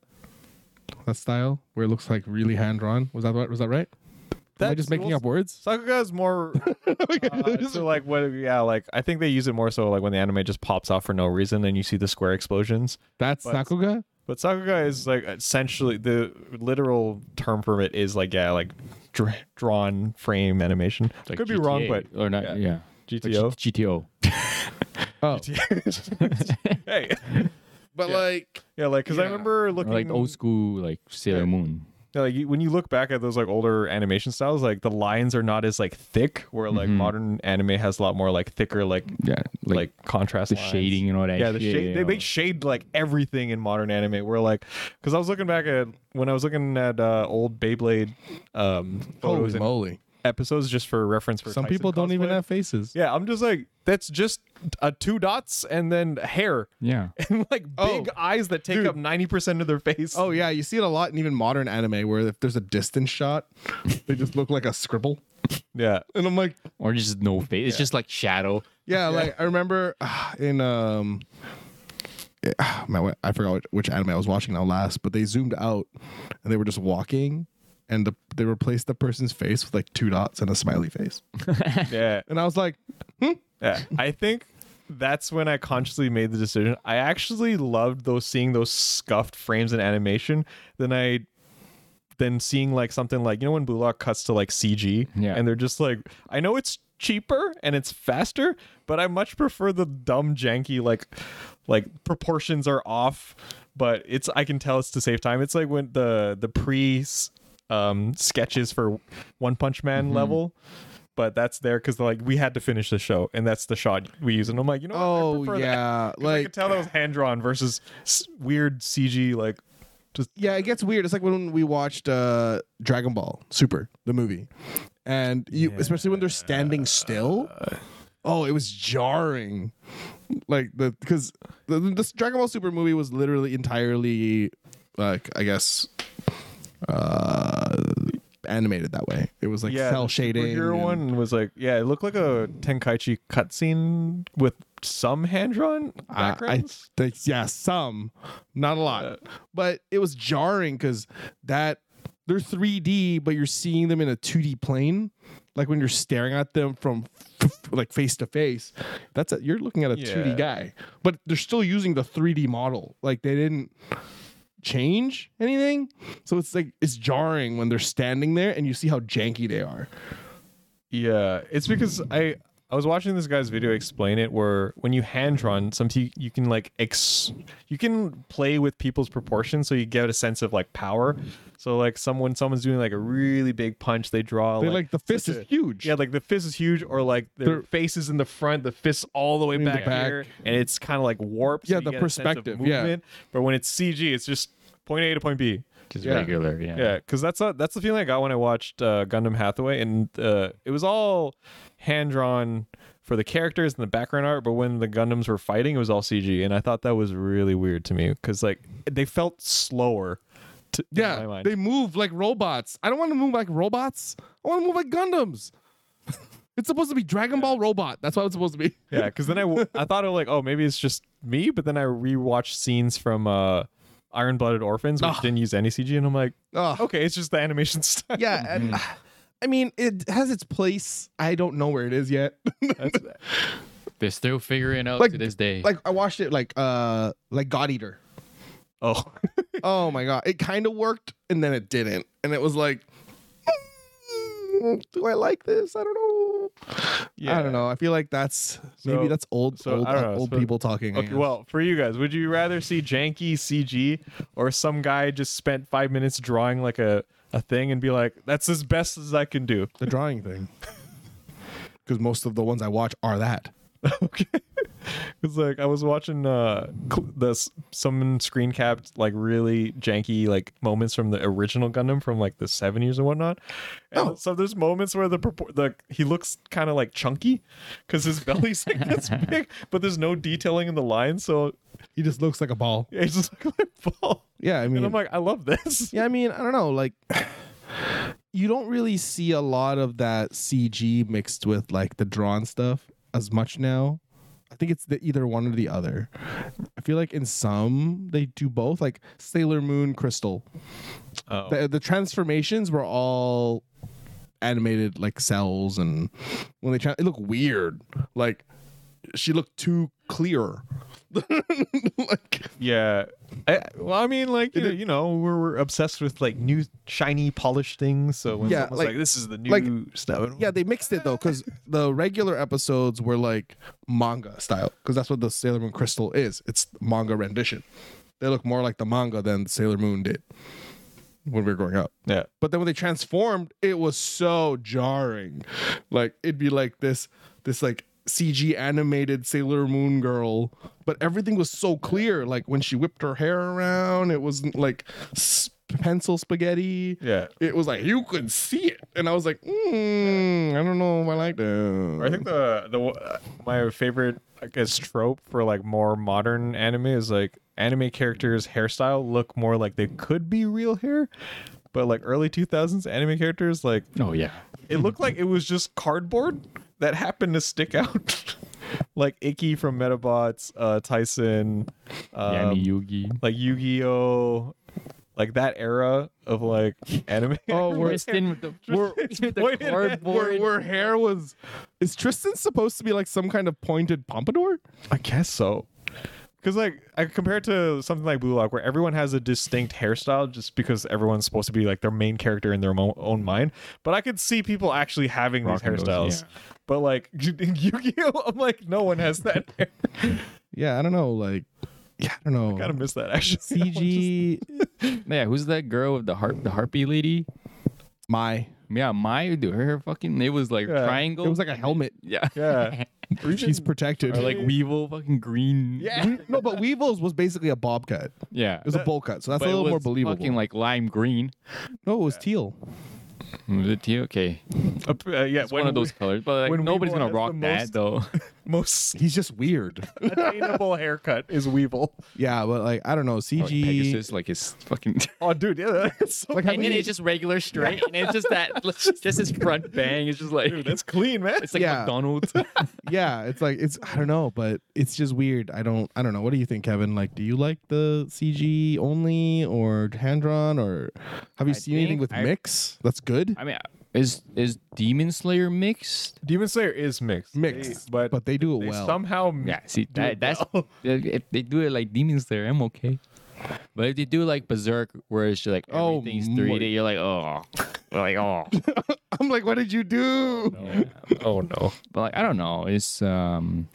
That style where it looks like really hand drawn. Was that right? Was that right? Am I just making up words? Sakuga is more uh, so like what? Yeah, like I think they use it more so like when the anime just pops off for no reason and you see the square explosions. That's But- sakuga. But Sakuga is like essentially the literal term for it is like yeah like dra- drawn frame animation. Like Could be wrong, but GTA or not. Yeah. Like GTO. G- GTO. Oh, hey, But like, yeah, like because I Yeah. remember Or looking like old school, like Sailor Moon. Yeah, like you, when you look back at those like older animation styles, like the lines are not as like thick, where like modern anime has a lot more like thicker like Mm-hmm. Yeah. like, contrast, the lines. shading and all that. Yeah, the shit, shade. you They know. make shade like everything in modern anime. Where like, because I was looking back at when I was looking at uh, old Beyblade um, photos holy and moly! episodes just for reference. For Some Tyson people don't even cosplay. have faces. e-, Yeah, I'm just like that's just uh, two dots and then hair Yeah. and like big eyes that take up ninety percent of their face. Oh yeah, you see it a lot in even modern anime where if there's a distance shot, they just look like a scribble. yeah. And I'm like, Or just no face. It's just like shadow. yeah, like I remember ah, in um, eh, ah, man, what- I forgot which- which anime I was watching now last, but they zoomed out and they were just walking, and the, they replaced the person's face with like two dots and a smiley face, Yeah. and I was like, Yeah, I think that's when I consciously made the decision. I actually loved those seeing those scuffed frames in animation. Then I then seeing like something like you know when Blue Lock cuts to like CG, Yeah. and they're just like, I know it's cheaper and it's faster, but I much prefer the dumb janky like like proportions are off, but it's I can tell it's to save time. It's like when the the pre um sketches for One Punch Man level but that's there because like we had to finish the show and that's the shot we use and i'm like you know what? I oh prefer that. yeah, 'Cause i like could tell that was hand-drawn versus s- weird cg like yeah, it gets weird. It's like when we watched uh Dragon Ball Super, the movie, and you, especially when they're standing still. Oh, it was jarring. Like the because the, this Dragon Ball Super movie was literally entirely like I guess uh animated that way. It was like yeah cell the shading. superhero and- one was like yeah it looked like a tenkaichi cutscene with some hand-drawn I- I backgrounds think yeah, some, not a Uh. lot, but it was jarring because that they're 3D, but you're seeing them in a 2D plane. Like when you're staring at them from f- f- like face to face, that's a, you're looking at a 2D Yeah. guy, but they're still using the 3D model. Like they didn't change anything, so it's like it's jarring when they're standing there and you see how janky they are. Yeah, it's because I I was watching this guy's video explain it where when you hand drawn, some you, you can like ex you can play with people's proportions so you get a sense of like power. So like someone someone's doing like a really big punch, they draw They like, the fist such is a- huge. Yeah, like the fist is huge, or like their They're- face is in the front, the fist all the way In the back, back. here, and it's kind of like warped. Yeah, you the get a sense of perspective, yeah. movement. But when it's CG, it's just point A to point B. Just Yeah. regular. Yeah. Yeah, because that's a, that's the feeling I got when I watched uh, Gundam Hathaway, and uh, it was all hand drawn for the characters and the background art. But when the Gundams were fighting, it was all CG, and I thought that was really weird to me because like they felt slower. To, in my Yeah, mind. they move like robots. I don't want to move like robots. I want to move like Gundams. it's supposed to be Dragon Ball Robot. That's what it's supposed to be. yeah. Because then I, w- I thought of like, oh, maybe it's just me. But then I rewatched scenes from uh, Iron Blooded Orphans, which didn't use any CG, and I'm like, Ugh. okay, it's just the animation style. Ah. Oh, Yeah, and, Mm. I mean, it has its place. I don't know where it is yet. They're still figuring out Like- to this day. like I watched it like uh like God Eater. Oh, Oh my god, it kind of worked and then it didn't, and it was like. mm, do I like this? I don't know. I don't know. I feel like that's So- maybe that's old so, old, I don't know. old So- people talking. I Okay, guess. well, for you guys, would you rather see janky CG or some guy just spent five minutes drawing like a, a thing and be like, that's as best as I can do? the drawing thing. Because most of the ones I watch are that. okay. It's like I was watching uh cl- this someone screen capped like really janky like moments from the original Gundam from like the 70s and whatnot. Oh. And so there's moments where the purpo- the he looks kind of like chunky because his belly's like this big, but there's no detailing in the line, so He just looks like a ball. yeah, he's just like a ball. Yeah, I mean, And I'm like, I love this. yeah, I mean, I don't know. Like, you don't really see a lot of that CG mixed with like the drawn stuff as much now. I think it's the either one or the other. I feel like in some they do both. Like Sailor Moon Crystal, Oh. the, the transformations were all animated like cells, and when they try, it looked weird. Like she looked too clear. like Yeah. I, well, I mean, like you know, you know, we're, we're obsessed with like new shiny polished things. So when Yeah, someone's like- like, this is the new like- stuff. Yeah, they mixed it though, because the regular episodes were like manga style, because that's what the Sailor Moon Crystal is. It's manga rendition. They look more like the manga than Sailor Moon did when we were growing up. yeah. But then when they transformed, it was so jarring. Like it'd be like this, this like CG animated Sailor Moon girl, but everything was so clear. Like when she whipped her hair around, it wasn't like s- pencil spaghetti Yeah. it was like you could see it, and I was like, mm, I don't know if I like that. I think the the uh, my favorite I guess trope for like more modern anime is like anime characters' hairstyle look more like they could be real hair, but like early two thousands anime characters like Oh yeah. it looked like it was just cardboard that happened to stick out. like Icky from Metabots, uh, Tyson, um, Yami Yugi. like Yu-Gi-Oh, like that era of like anime. Oh, we're Tristan with the, we're- with the pointed at- where, where hair was is Tristan supposed to be like some kind of pointed pompadour? I guess so. Because like I compared to something like Blue Lock, where everyone has a distinct hairstyle, just because everyone's supposed to be like their main character in their mo- own mind. But I could see people actually having Rocking these those, hairstyles. But like Yu-Gi-Oh, I'm like no one has that hair. Yeah, I don't know. Like, yeah, I don't know. Gotta miss that actually. CG Yeah, who's that girl with the harp? The harpy lady? my Yeah, Maya, dude. Her hair fucking. It was like Yeah. triangle. it was like a helmet. yeah, Yeah. She's protected. or like weevil, fucking green. Yeah. no, but Weevil's was basically a bob cut. It yeah. was a bowl cut, so that's But a it little more was believable. Fucking like lime green. no, it was teal. Hmm. Was it tea? Okay, Uh, uh, yeah. it's one of those colors. But like, when nobody's Weevil gonna has the rock most- that though. most He's just weird. attainable haircut is Weevil. yeah, but like I don't know. Or, like, CG. Oh, Pegasus, like his fucking. Oh, dude, yeah, that's so Like, how and then many- it's just regular straight, and it's just that, just his front bang. It's just like dude, that's clean, man. it's like Yeah. McDonald's. yeah, it's like it's I don't know, but it's just weird. I don't I don't know. What do you think, Kevin? Like, do you like the CG only or hand drawn or have you I seen anything think with I- mix? That's good. I mean, is is Demon Slayer mixed? Demon Slayer is mixed, Mixed, They- but, but they do it they well. somehow Yeah, see, do that, it that's well. if they do it like Demon Slayer, I'm okay. But if they do like Berserk, where it's just like Oh, everything's my- 3D, you're like, oh, like oh. I'm like, what did you do? oh no. But like, I don't know. It's um,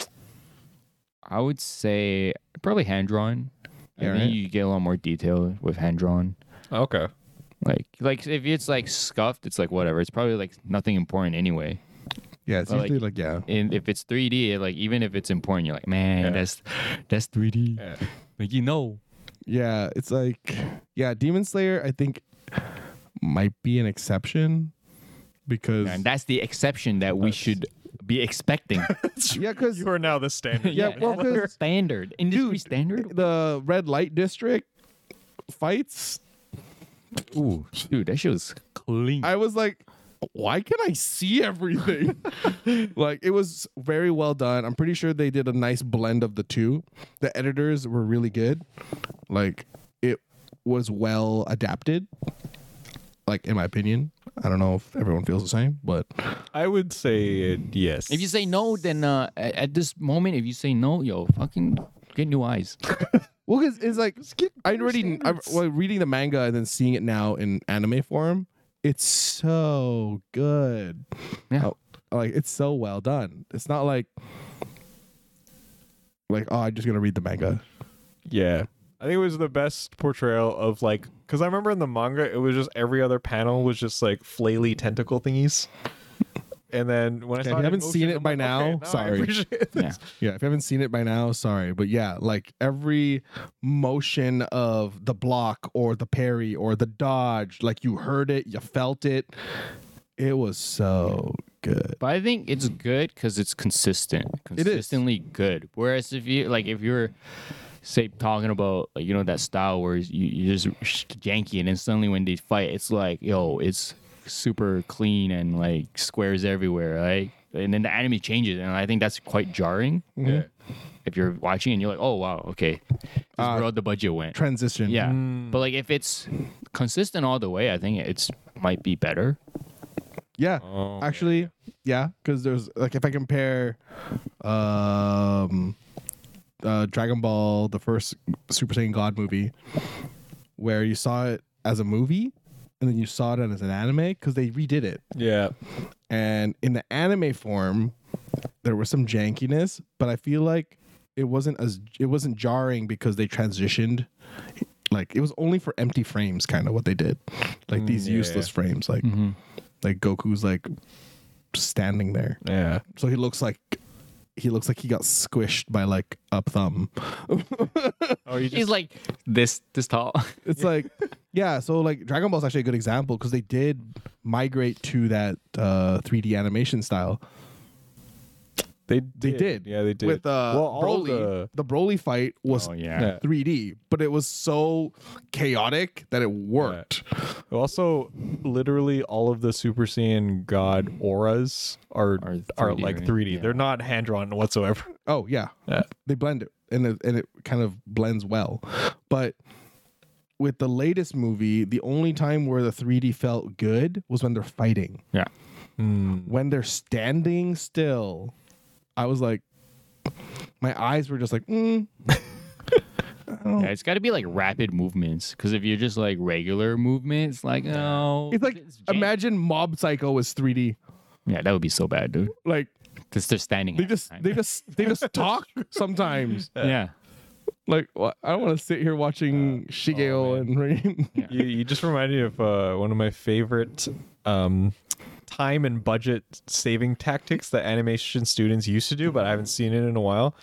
I would say probably hand drawn. Yeah, I think right. you get a lot more detail with hand drawn. Okay. Like, like if it's like scuffed, it's like whatever. It's probably like nothing important anyway. Yeah, it's But, usually like, like, yeah. And if it's 3D, like even if it's important, you're like, man, Yeah. that's that's 3D. Yeah. Like you know, Yeah, it's like yeah, Demon Slayer I think might be an exception because and that's the exception that we should be expecting. yeah, because You are now the standard. Yeah, well, that's the 'cause- standard industry Dude, standard. the red light district fights Ooh, dude, that shit was clean. I was like, why can I see everything? like it was very well done. I'm pretty sure they did a nice blend of the two. The editors were really good. Like it was well adapted. Like in my opinion, I don't know if everyone feels the same, but I would say uh, yes. if you say no, then uh, at, at this moment, if you say no, yo, fucking get new eyes. well, cause it's like I already I'm well, reading the manga and then seeing it now in anime form. it's so good. Yeah. Oh, like it's so well done. It's not like like oh, I'm just gonna read the manga. Yeah. I think it was the best portrayal of like because I remember in the manga it was just every other panel was just like flaily tentacle thingies. And then when I Okay, saw if you in haven't motion, seen it I'm by like, now, okay, I sorry. appreciate this. Yeah. Yeah, if you haven't seen it by now, sorry, but yeah, like every motion of the block or the parry or the dodge, like you heard it, you felt it. It was so good. But I think it's good because it's consistent, Mm. is. consistently good. Whereas if you like, if you're say talking about like you know that style where you you just janky and then suddenly when they fight, it's like yo, it's super clean and like squares everywhere, right? And then the anime changes, and I think that's quite jarring. Yeah. Mm-hmm. If you're watching and you're like, oh wow, okay, this is Uh, where all the budget went. Transition. yeah, but like if it's consistent all the way, I think it's might be better. Yeah. Oh, okay, Actually, yeah, because there's like if I compare um uh Dragon Ball, the first Super Saiyan God movie, where you saw it as a movie and then you saw it as an anime because they redid it. Yeah. And in the anime form, there was some jankiness, but I feel like it wasn't as it wasn't jarring because they transitioned like it was only for empty frames kind of what they did. Like these Mm, yeah, useless frames like like Goku's like standing there. Yeah. So he looks like he looks like he got squished by like a thumb. Oh, you just He's like this this tall. It's like yeah, so like Dragon Ball's actually a good example because they did migrate to that uh 3D animation style. they They did. Yeah, they did. With uh well, all Broly. The... the- Broly fight was Oh Yeah. 3D, but it was so chaotic that it worked. Also, literally all of the Super Saiyan God auras are Are are, 3D, like right? 3D. Yeah. They're not hand drawn whatsoever. Oh yeah. Yeah. They blend it and it, and it kind of blends well. But with the latest movie, the only time where the 3D felt good was when they're fighting. Yeah. When they're standing still, I was like my eyes were just like, mm, Yeah, it's got to be like rapid movements because if you're just like regular movements, like oh, no, it's like jank. imagine Mob Psycho was 3D. yeah, that would be so bad, dude. Like Because they're standing. they at just the time. they just they just talk sometimes. yeah, Like wha- I don't want to sit here watching Shigeo and Rain. you, you just remind me of uh, one of my favorite um, time and budget saving tactics that animation students used to do, but I haven't seen it in a while.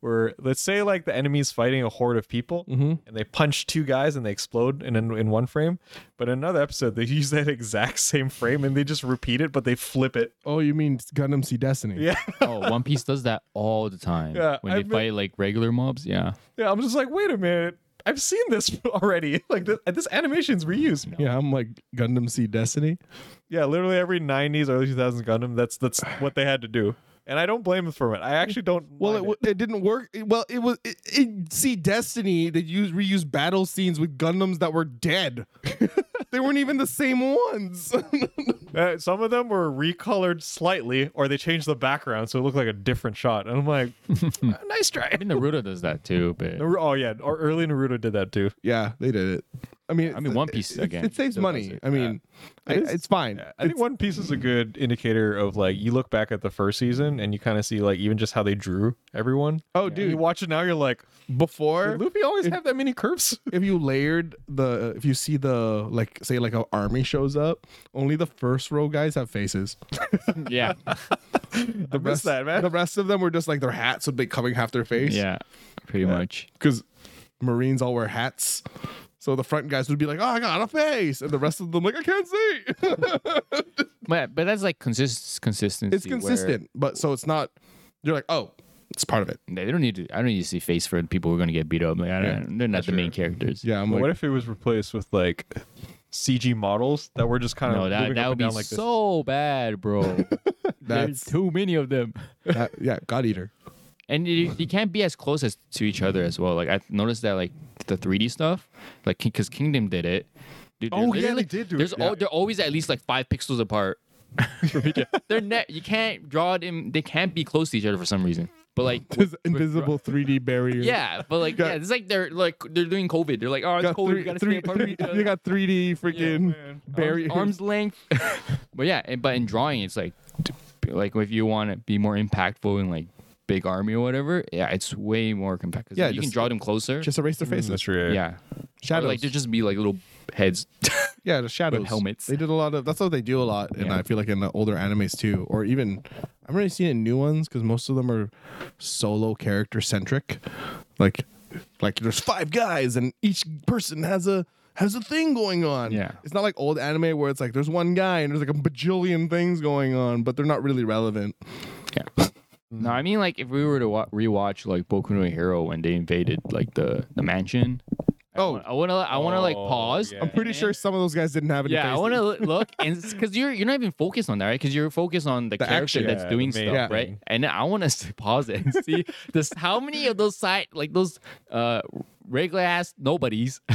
Where let's say like the enemy's fighting a horde of people, and they punch two guys and they explode in in, in one frame. But in another episode, they use that exact same frame and they just repeat it, but they flip it. Oh, you mean Gundam Sea Destiny? Yeah, oh, One Piece does that all the time. Yeah, when I they bet- fight like regular mobs, yeah, yeah. I'm just like, wait a minute. I've seen this already. Like this, this animation's reused. Yeah, I'm like Gundam Sea Destiny. Yeah, literally every '90s, early 2000s Gundam. That's that's what they had to do, and I don't blame them for it. I actually don't. Well, it, mind w- it didn't work. It- well, it was it, it, see Destiny. They used reused battle scenes with Gundams that were dead. they weren't even the same ones. Uh, some of them were recolored slightly, or they changed the background so it looked like a different shot. And I'm like, "Uh, nice try. I mean Naruto does that too, but Naru- Oh yeah, or early Naruto did that too. yeah, they did it. I mean, I mean, One Piece it, again. It, saves still does money. it. I mean, I- is- it's fine. I think One Piece is a good indicator of like you look back at the first season and you kind of see like even just how they drew everyone. Oh, Dude, you dude! watch it now, you're like, Before did Luffy always have that many curves? if you layered the if you see the like say like an army shows up only the first row guys have faces yeah, the rest missed that, man. the rest of them were just like their hats would be covering half their face yeah, pretty much. because marines all wear hats so the front guys would be like oh i got a face and the rest of them like i can't see But but that's like consist consistency. it's where consistent but so it's not you're like oh it's part of it They don't need to. I don't need to see face for the people who are gonna get beat up. Like I don't, they're not the main characters. yeah i'm But like what if it was replaced with like CG models that were just kind of No, that, moving that up would and be down like this? so bad, bro. There's that's too many of them. that, yeah god eater and you, you can't be as close as to each other as well. Like I noticed that like the 3D stuff, like because Kingdom did it. Dude, they're Oh, yeah, literally- they did do it. there's al- Yeah. they're always at least like five pixels apart. from each other. they're net. You can't draw them. They can't be close to each other for some reason. But like This invisible 3D barrier. Yeah, but like yeah, it's like they're like they're doing COVID. They're like, oh, it's Got COVID. three, we gotta three, stay apart from each three- other. they got 3D freaking barrier. arms, arms length. but yeah, and, but in drawing, it's like t- like if you want to be more impactful in like big army or whatever, yeah, it's way more compact. 'cause, Yeah, like, you can just- draw them closer. Just erase their Mm. faces. That's true. yeah, Shadows. Or, like there just be like little heads. yeah, the shadows. helmets. They did a lot of. That's what they do a lot, and Yeah. I feel like in the older animes too, or even I haven't really seen it in new ones because most of them are solo character centric. Like, like there's five guys and each person has a has a thing going on. Yeah. it's not like old anime where it's like there's one guy and there's like a bajillion things going on, but they're not really relevant. Mm. yeah. No, I mean like if we were to wa- rewatch like Boku no Hero when they invaded like the the mansion. Oh. I wanna I wanna like Oh, pause. yeah. I'm pretty sure some of those guys didn't have any. Yeah, I faces. want to look, and because you're you're not even focused on that, right? Because you're focused on the, character action. that's Yeah, doing the stuff, main right? thing. And I want us to pause it and see this how many of those side like those uh regular ass nobodies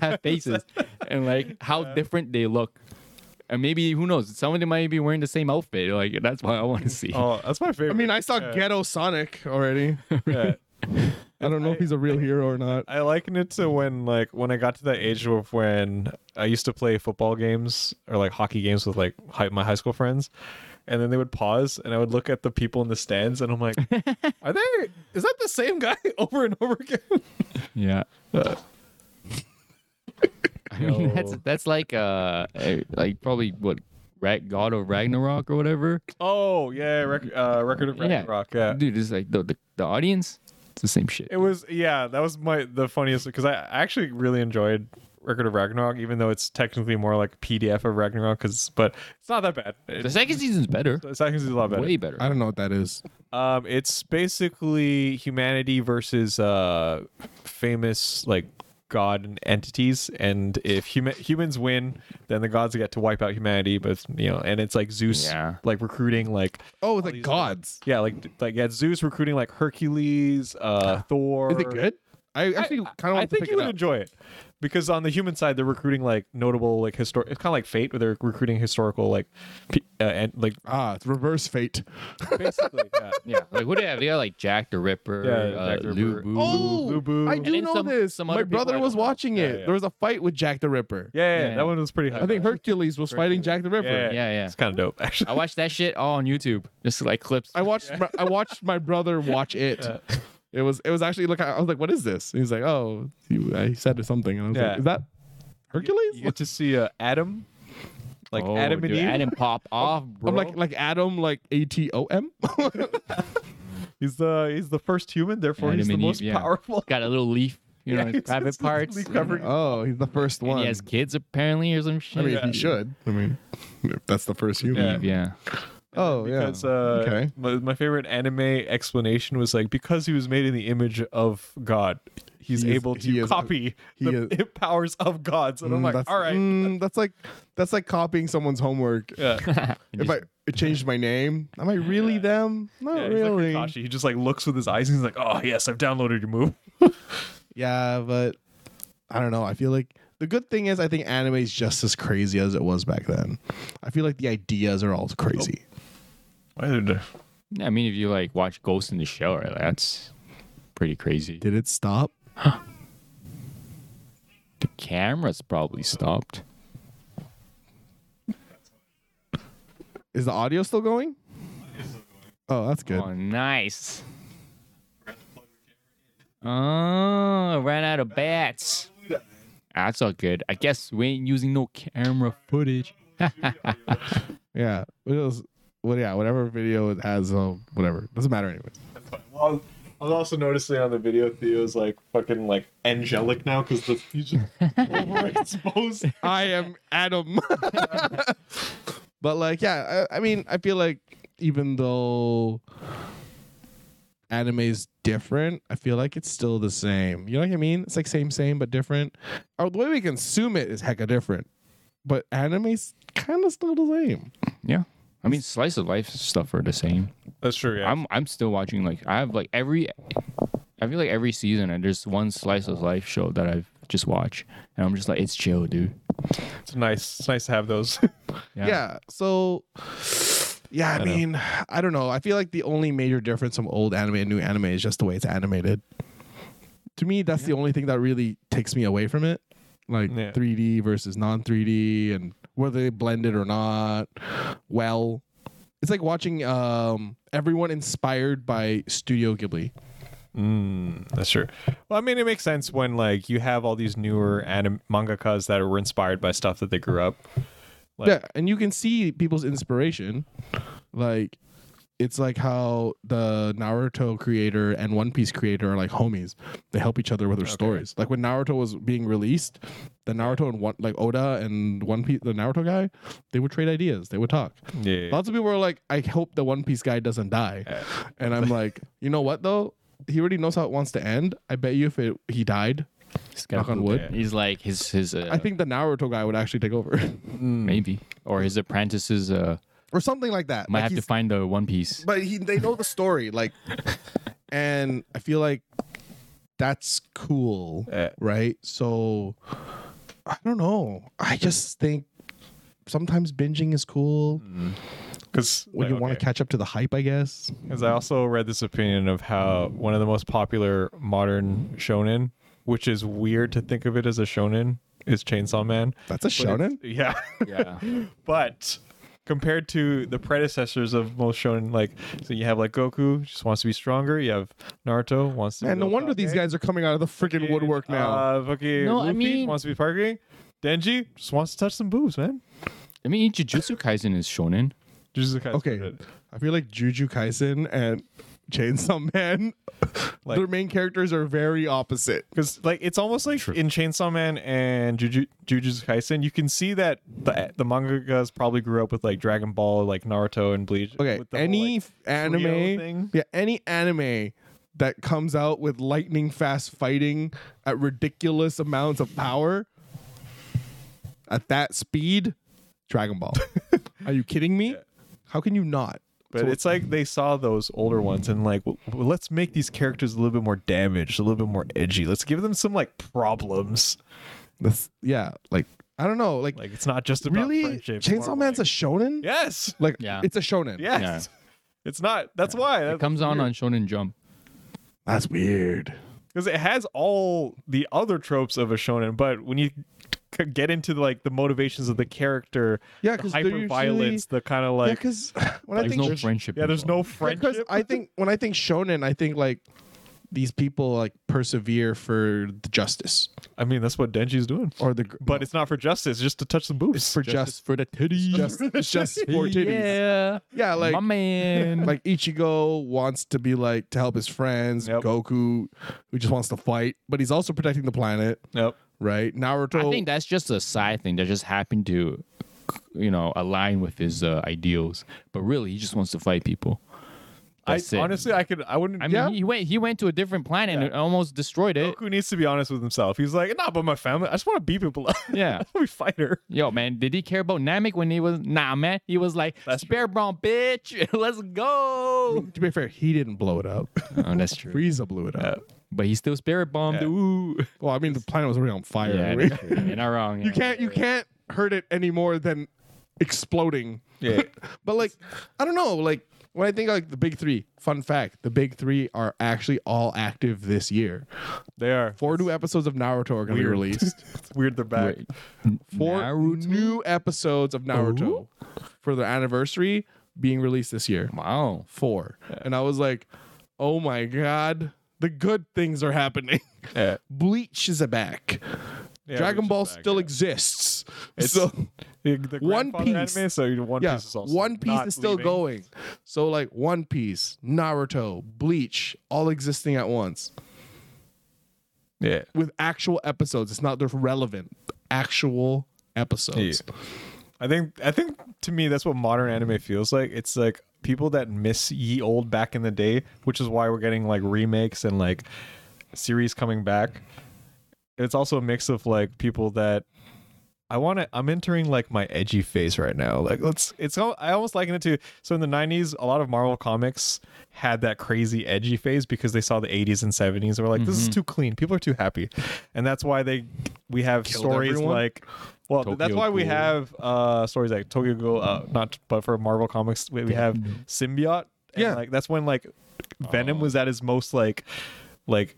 have faces, and like how different they look. And maybe who knows? Some of them might be wearing the same outfit. Like that's why I want to see. Oh, that's my favorite. I mean, I saw Yeah. Ghetto Sonic already. Yeah. I don't know if he's a real hero or not. I liken it to when like when I got to that age of when I used to play football games or like hockey games with like hi- my high school friends. And then they would pause, and I would look at the people in the stands, and I'm like, "Are they? Is that the same guy over and over again?" Yeah. I mean, that's No. that's like uh eh, like probably what Rag- God of Ragnarok or whatever. Oh yeah, rec- uh, record of Yeah. Ragnarok. Yeah. dude it's like the, the, the audience it's the same shit it was yeah. That was my the funniest because I actually really enjoyed record of Ragnarok, even though it's technically more like PDF of Ragnarok. Because but it's not that bad. It, the second season's better the second season's a lot better. way better I don't know what that is. Um, it's basically humanity versus uh famous like god and entities and if huma- humans win then the gods get to wipe out humanity but it's, you know and it's like zeus Yeah. like recruiting like Oh, the gods. Yeah, like like yeah, Zeus recruiting like Hercules, uh, Thor. Is it good? I actually kind of I want to think pick you it would up. enjoy it because on the human side they're recruiting like notable like historic. It's kind of like Fate where they're recruiting historical like pe- uh, and like ah, it's reverse fate. basically yeah. yeah like what do they have they got like jack the ripper Yeah, uh, Jack the Lou Ripper. Boo. Oh, Lubu. I And do then know some- this. some My other people I brother don't was know. watching it. "Oh, Yeah, yeah. There was a fight with Jack the Ripper. Yeah, yeah, Yeah. yeah, that one was pretty. High I think Hercules was fighting Jack the Ripper. Yeah, Yeah, yeah. It's kind of dope actually. i watched that shit all on youtube just like clips I watched. My, I watched my brother watch it. It was. It was actually like I was like, "What is this?" And he's like, "Oh, he, I said something." And I was Yeah. like, "Is that Hercules?" You get to see uh, Adam, like Oh, Adam and dude, Eve. Adam pop off bro I'm like, like Adam, like A T O M. He's the he's the first human, therefore Adam he's the and Eve, most yeah. powerful. got a little leaf you know Yeah, his he's- private he's parts literally covered- Oh, he's the first and one. he has kids apparently or some shit I mean, Yeah. he should. I mean, that's the first human. Yeah. yeah Oh, yeah. because uh, Okay. my, my favorite anime explanation was like because he was made in the image of God, he's He is- able he to is- copy he the powers of gods. And I'm Mm, like, that's, all right, mm, that's like that's like copying someone's homework. yeah. If I it changed my name, am I really them? Not Yeah, he's like really. Kakashi. He just like looks with his eyes and he's like, oh yes, I've downloaded your move. yeah, but I don't know. I feel like the good thing is I think anime is just as crazy as it was back then. I feel like the ideas are all crazy. Why did I- Yeah, i mean if you like watch ghost in the shell right like, that's pretty crazy Did it stop? the camera's probably stopped Is the audio still going? Oh, that's good. Oh, nice. Oh, ran out of bats. That's all good. I guess we ain't using no camera footage. Yeah. It was, well, yeah, whatever video it has, um, whatever. Doesn't matter anyways. Well, I was also noticing on the video Theo's like fucking like angelic now because the he's just overexposed. I am Adam. but like, yeah, I, I mean, I feel like even though anime is different, I feel like it's still the same. You know what I mean? It's like same, same, but different. Or the way we consume it is hecka different. But anime's kind of still the same. yeah. I mean, slice of life stuff are the same. That's true. Yeah. I'm I'm still watching like I have like every I feel like every season and there's one slice of life show that I've just watched and I'm just like it's chill, dude. It's nice. It's nice to have those. Yeah. So Yeah, I, know. mean, I don't know. I feel like the only major difference from old anime and new anime is just the way it's animated. To me, that's the only thing that really takes me away from it. Like Yeah. 3D versus non 3D and whether they blend it or not. Well, it's like watching um, everyone inspired by Studio Ghibli. Mm, that's true. Well, I mean, it makes sense when like you have all these newer anim- mangakas that were inspired by stuff that they grew up. Like- yeah, and you can see people's inspiration. Like, it's like how the Naruto creator and One Piece creator are like homies. They help each other with their stories. Like when Naruto was being released, the Naruto and one like Oda and One Piece, the Naruto guy, they would trade ideas. They would talk. Yeah. Lots of people were like, "I hope the One Piece guy doesn't die," and I'm like, you know what though? He already knows how it wants to end. I bet you if it, he died, He's got Knock on poop. wood. He's like his his uh, I think the Naruto guy would actually take over, maybe or his apprentices uh or something like that. might Like, have to he's- find the one piece. but he they know the story like and i feel like that's cool Yeah. right so i don't know i just think sometimes binging is cool Mm, Because when you want to catch up to the hype i guess Because I also read this opinion of how one of the most popular modern shonen, which is weird to think of it as a shonen, is Chainsaw Man. that's a shonen Yeah. Yeah. but compared to the predecessors of most shonen, like, so you have like Goku, just wants to be stronger. You have Naruto, wants to and no be wonder these guys are coming out of the freaking Hokage. woodwork now Uh, fucking No, I Luffy mean- wants to be parking. Denji just wants to touch some boobs, man. I mean, Jujutsu Kaisen is shonen. Jujutsu Kaisen okay did it. i feel like juju kaisen and chainsaw man Like- their main characters are very opposite Because like it's almost like in Chainsaw Man and Juju- Jujutsu Kaisen, you can see that the the mangakas probably grew up with like Dragon Ball, like Naruto and Bleach. Okay, with the whole, any like, f- trio anime, thing. yeah, any anime that comes out with lightning fast fighting at ridiculous amounts of power at that speed, Dragon Ball. Are you kidding me? How can you not? But it's like they saw those older ones and like, well, well, let's make these characters a little bit more damaged, a little bit more edgy. Let's give them some like problems. That's, yeah, like I don't know, like, Like it's not just about really, friendship. Chainsaw Man's a shonen. yes, Like Yeah. it's a shonen. yes. It's not. That's why. It comes on on Shonen Jump. that's weird. because it has all the other tropes of a shonen, but when you c- get into like the motivations of the character, Yeah, the 'cause they're hyper violence, the kind of Yeah, like yeah, because when I There's think no friendship. there's no involved. friendship. Because I think when I think shonen, I think like these people like persevere for the justice I mean, that's what Denji's doing, or the but it's not for justice; it's just to touch some boobs. for just for the titties, just, it's just for titties. Yeah. Yeah, like My man. like Ichigo wants to be like to help his friends. Yep. Goku, who just wants to fight, but he's also protecting the planet, Yep. right? Naruto, I think that's just a side thing that just happened to, you know, align with his uh, ideals. But really, he just wants to fight people. I That's it. honestly, I could, I wouldn't. I mean, he went he went to a different planet and almost destroyed Eh. it. Goku needs to be honest with himself. He's like, nah, but my family. I just want to beat people up. Yeah. we fight her. Yo, man, did he care about Namek when he was nah, man? He was like That's spare brown bitch, let's go. to be fair, he didn't blow it up. oh, that's true. Frieza blew it up. But he still spirit bombed. Yeah. Ooh. Well, I mean, the planet was already on fire. Yeah, right? that's true. you're not wrong. You can't you can't hurt it any more than exploding. Yeah. but like I don't know, like when I think like the big three, fun fact, the big three are actually all active this year. They are. Four new episodes of Naruto are gonna be Weird. released. It's weird they're back. Wait. Four new episodes of Oh? Naruto for their anniversary being released this year. Wow. Four. And I was like, oh my god, the good things are happening. Yeah. Bleach is back. Yeah, Dragon Bleach is Ball back, still yeah. exists. It's- so The, the One grandfather Piece. Anime, so One Piece is also One Piece not is still leaving. going. So like One Piece, Naruto, Bleach, all existing at once Yeah. with actual episodes. It's not they're relevant actual episodes. I think I think to me that's what modern anime feels like. It's like people that miss ye old back in the day, which is why we're getting like remakes and like series coming back. It's also a mix of like people that I want to I'm entering like my edgy phase right now. Like let's it's al- I almost liken it to so in the 90s a lot of Marvel comics had that crazy edgy phase because they saw the 80s and 70s and were like this is too clean. People are too happy. And that's why they we have stories everyone? like Well, that's Tokyo why we Ghoul. have uh stories like Tokyo Ghoul, uh, not but for Marvel comics, we, we have Symbiote. And, Yeah. like that's when like Venom was at his most like like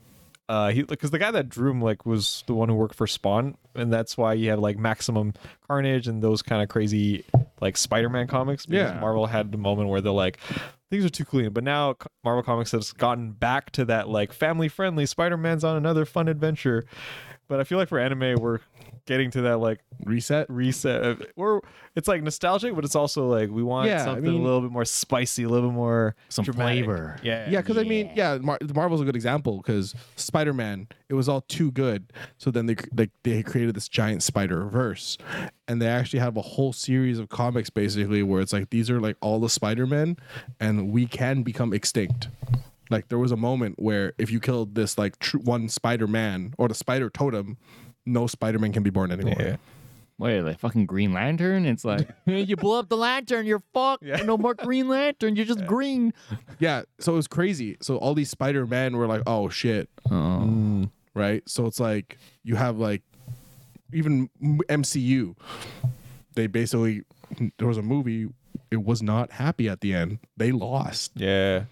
uh he because the guy that drew him like was the one who worked for Spawn, and that's why you had like Maximum Carnage and those kind of crazy like Spider-Man comics. because Yeah. Marvel had the moment where they're like. Things are too clean, but now co- Marvel Comics has gotten back to that like family-friendly. Spider-Man's on another fun adventure, but I feel like for anime, we're getting to that like Reset. reset. of- We're it's like nostalgic, but it's also like we want Yeah, I something mean- a little bit more spicy, a little bit more Some dramatic. flavor. Yeah, Yeah, because I mean, yeah, Mar- Marvel's a good example because Spider Man, it was all too good. So then they like they created this giant Spider Verse, and they actually have a whole series of comics basically where it's like these are like all the Spider Men, and we can become extinct. Like there was a moment where if you killed this like tr- one Spider Man or the Spider Totem, no Spider Man can be born anymore. Yeah. Wait, like fucking Green Lantern? It's like you blow up the lantern, you're fucked. Yeah. No more Green Lantern, you're just green. Yeah, so it was crazy. So all these Spider Men were like, oh shit, Oh, right? So it's like you have like even m- MCU. They basically there was a movie. It was not happy at the end. They lost. yeah.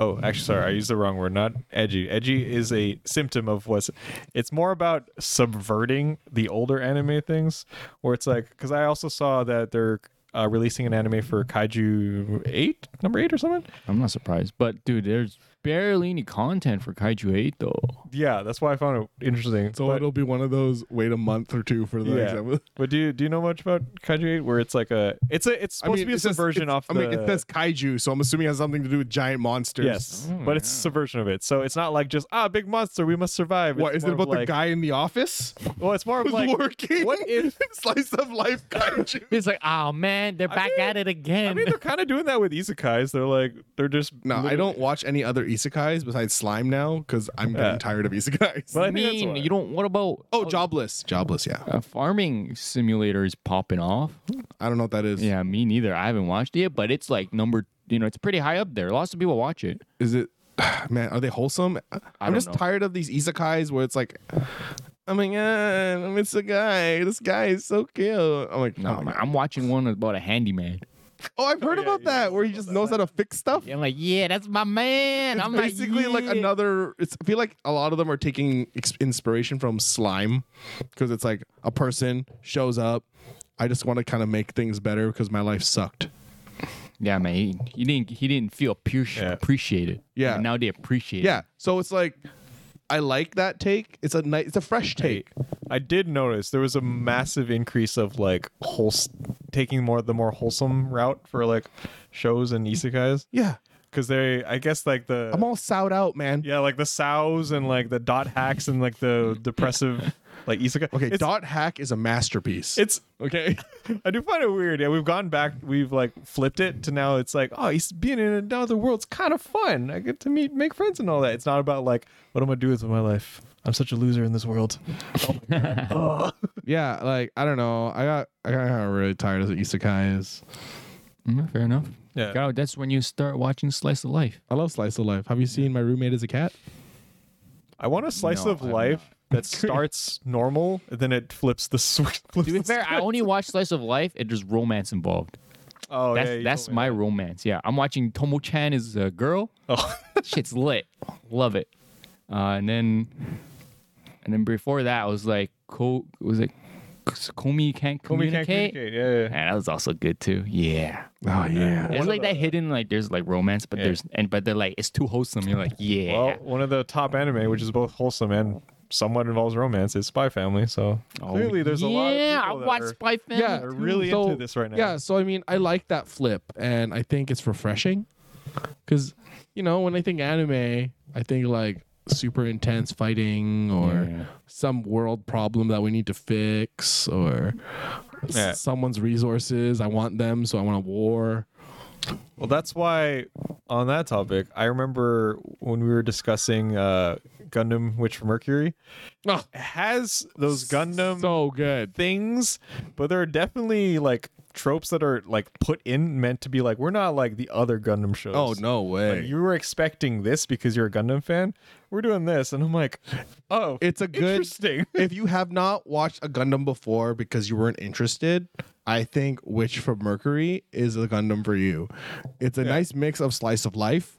Oh, actually, sorry, I used the wrong word. Not edgy. Edgy is a symptom of what's. It's more about subverting the older anime things, where it's like because I also saw that they're uh, releasing an anime for Kaiju Eight, number eight or something. I'm not surprised. But dude, there's barely any content for Kaiju 8 though. Yeah, that's why I found it interesting. So But- it'll be one of those. Wait a month or two for the next episode. But do you do you know much about Kaiju 8? Where it's like a it's a it's supposed to be a it says- subversion it's- off I the mean, it says kaiju, so I'm assuming it has something to do with giant monsters. Oh, yes, but it's a subversion of it. So it's not like just ah big monster we must survive. What is It's it more of about the like- guy in the office Well, it's more of who's like working? what if- slice of life kaiju? It's like, oh man, they're back mean- at it again. I mean they're kind of doing that with isekais. They're like they're just No, I literally- don't watch any other isekais besides slime now because I'm Yeah. getting tired of isekais. But I think that's mean, why. you don't. What about oh, jobless, jobless. Yeah, a farming simulator is popping off? I don't know what that is. Yeah, me neither. I haven't watched it, but it's like number. You know, it's pretty high up there. Lots of people watch it. is it man are they wholesome i'm don't just know. tired of these isekais where it's like oh my god i miss a guy this guy is so cute i'm like No, oh, my man, God. I'm watching one about a handyman. oh i've heard yeah, about yeah, that where he just knows how to fix stuff Yeah, I'm like, yeah, that's my man. I'm basically like yeah. another it's i feel like a lot of them are taking ex- inspiration from slime because it's like a person shows up i just want to kind of make things better because my life sucked Yeah, man. He, he didn't. He didn't feel appreci- Yeah. appreciated. Yeah. And now they appreciate. yeah so it's like i like that take it's a nice it's a fresh take I did notice there was a massive increase of like whole taking more the more wholesome route for like shows and isekais yeah because they I guess like the i'm all sout out man Yeah, like the sows and like the dot hacks and like the depressive like isekai. Okay, it's, Dot Hack is a masterpiece. It's okay. I do find it weird. Yeah, we've gone back. We've like flipped it to now. It's like, oh, he's being in another world's kind of fun. I get to meet, make friends, and all that. It's not about like, what am I do with my life? I'm such a loser in this world. yeah, like I don't know. I got I got really tired of the isekais. It. Mm, fair enough. Yeah. God, that's when you start watching Slice of Life. I love slice of life. Have you seen my roommate is a cat? I want a slice No, of I'm life that starts normal, and then it flips the switch. To be fair, I only watch Slice of Life and there's romance involved. oh, That's yeah, you that's told me my that. romance. Yeah, I'm watching Tomo Chan is a girl. Oh. Shit's lit. Love it. Uh, and then, and then before that, I was like, Ko was it Komi can't We communicate? can't communicate. Yeah, yeah. And that was also good too. Yeah. Oh yeah. There's like that hidden like there's like romance, but Yeah. there's and but they're like it's too wholesome. You're like yeah. Well, one of the top anime, which is both wholesome and somewhat involves romance, is Spy Family. So Oh, clearly, there's a lot. Of Yeah, I people that watch are- Spy Family. Yeah, They're really so- into this right now. Yeah, so I mean, I like that flip, and I think it's refreshing, because you know when I think anime, I think like super intense fighting or Yeah. some world problem that we need to fix or s- Yeah. someone's resources. I want them, so I want a war. Well, that's why on that topic, I remember when we were discussing uh, Gundam Witch for Mercury Oh, it has those Gundam so good. things, but there are definitely like tropes that are like put in meant to be like we're not like the other Gundam shows. Oh no way! Like, you were expecting this because you're a Gundam fan. We're doing this, and I'm like, oh, It's a good. interesting. if you have not watched a Gundam before because you weren't interested, I think Witch from Mercury is a Gundam for you. It's a nice mix of slice of life,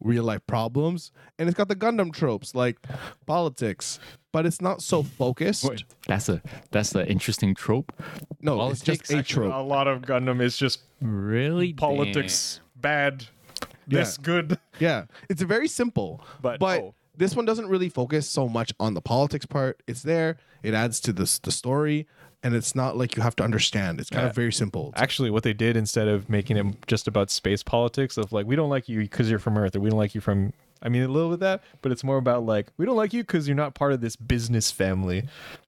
real life problems, and it's got the Gundam tropes like politics, but it's not so focused. Wait, that's a that's an interesting trope. no, it's politics? just a trope. A lot of Gundam is just Really, politics bad. This Yeah. good. Yeah, it's very simple. But- But oh. this one doesn't really focus so much on the politics part. It's there. It adds to the the story, and it's not like you have to understand. It's kind of very simple. Actually, what they did instead of making it just about space politics of like we don't like you because you're from Earth or we don't like you from I mean a little bit that, but it's more about like we don't like you because you're not part of this business family.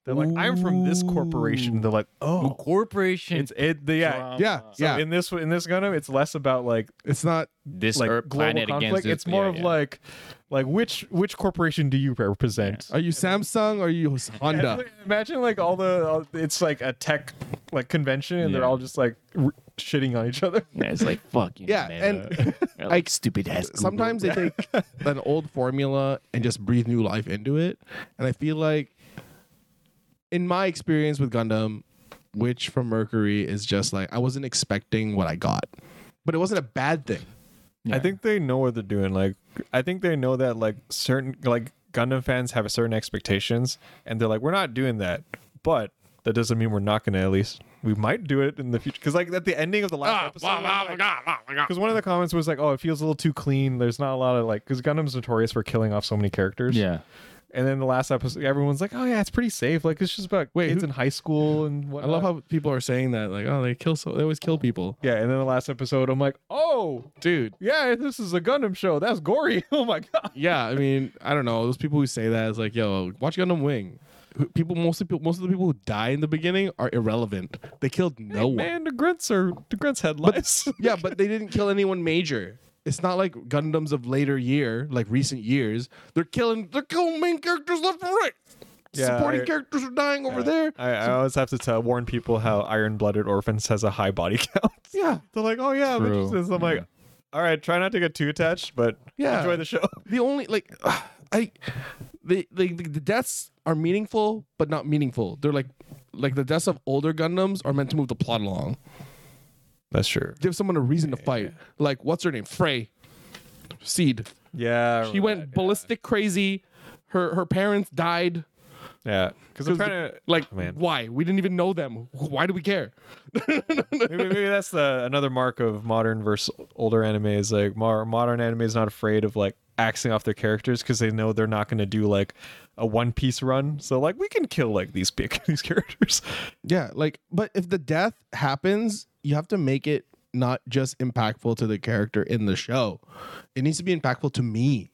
They're like I'm from this corporation. They're like oh corporation. it's it the, yeah yeah, So yeah. in this in this Gundam, it's less about like it's not. this like Earth global planet conflict. against. It's it. more Yeah, of yeah. like like which which corporation do you represent? Are you Samsung or are you Honda? Imagine like all the all, it's like a tech like convention and they're Yeah. all just like r- shitting on each other. Yeah, it's like fucking. Yeah, and like stupid ass. Google. Sometimes they take an old formula and just breathe new life into it, and I feel like, in my experience with Gundam, Witch from Mercury is just like I wasn't expecting what I got, but it wasn't a bad thing. Yeah. I think they know what they're doing. Like, I think they know that like certain like Gundam fans have certain expectations, and they're like, we're not doing that, but that doesn't mean we're not gonna. At least we might do it in the future. Because like at the ending of the Ah, last episode, because one of the comments was like, oh, it feels a little too clean. There's not a lot of like because Gundam's notorious for killing off so many characters. Yeah. And then the last episode, everyone's like, oh yeah, it's pretty safe. Like it's just about kids in high school and I whatnot. love how people are saying that, like, oh, they kill so they always kill people. Yeah, and then the last episode, I'm like, oh, Dude, yeah, this is a Gundam show. That's gory. Oh my god. yeah, I mean, I don't know. Those people who say that is like, yo, watch Gundam Wing. Who- People mostly people, most of the people who die in the beginning are irrelevant. They killed no one. Man, the grunts are the grunts had lives. Yeah, Oh, but they didn't kill anyone major. It's not like Gundams of later year, like recent years. They're killing they're killing main characters left and right. Yeah, Supporting I- characters are dying over there. I, I always have to tell, warn people how Iron Blooded Orphans has a high body count. yeah. They're like, oh yeah, I'm True. interested. So I'm like, all right, try not to get too attached, but Yeah. enjoy the show. The only like I the, the the deaths are meaningful but not meaningful. They're like like the deaths of older Gundams are meant to move the plot along. That's true. Give someone a reason to fight. Like what's her name? Frey. Seed. Yeah, She went ballistic crazy. Her her parents died. Yeah, because I'm trying to Like man. why? We didn't even know them. Why do we care? maybe, maybe that's the another mark of modern versus older anime is like more, modern anime is not afraid of like axing off their characters because they know they're not going to do like a one piece run so like we can kill like these big these characters Yeah, like, but if the death happens, you have to make it not just impactful to the character in the show. It needs to be impactful to me,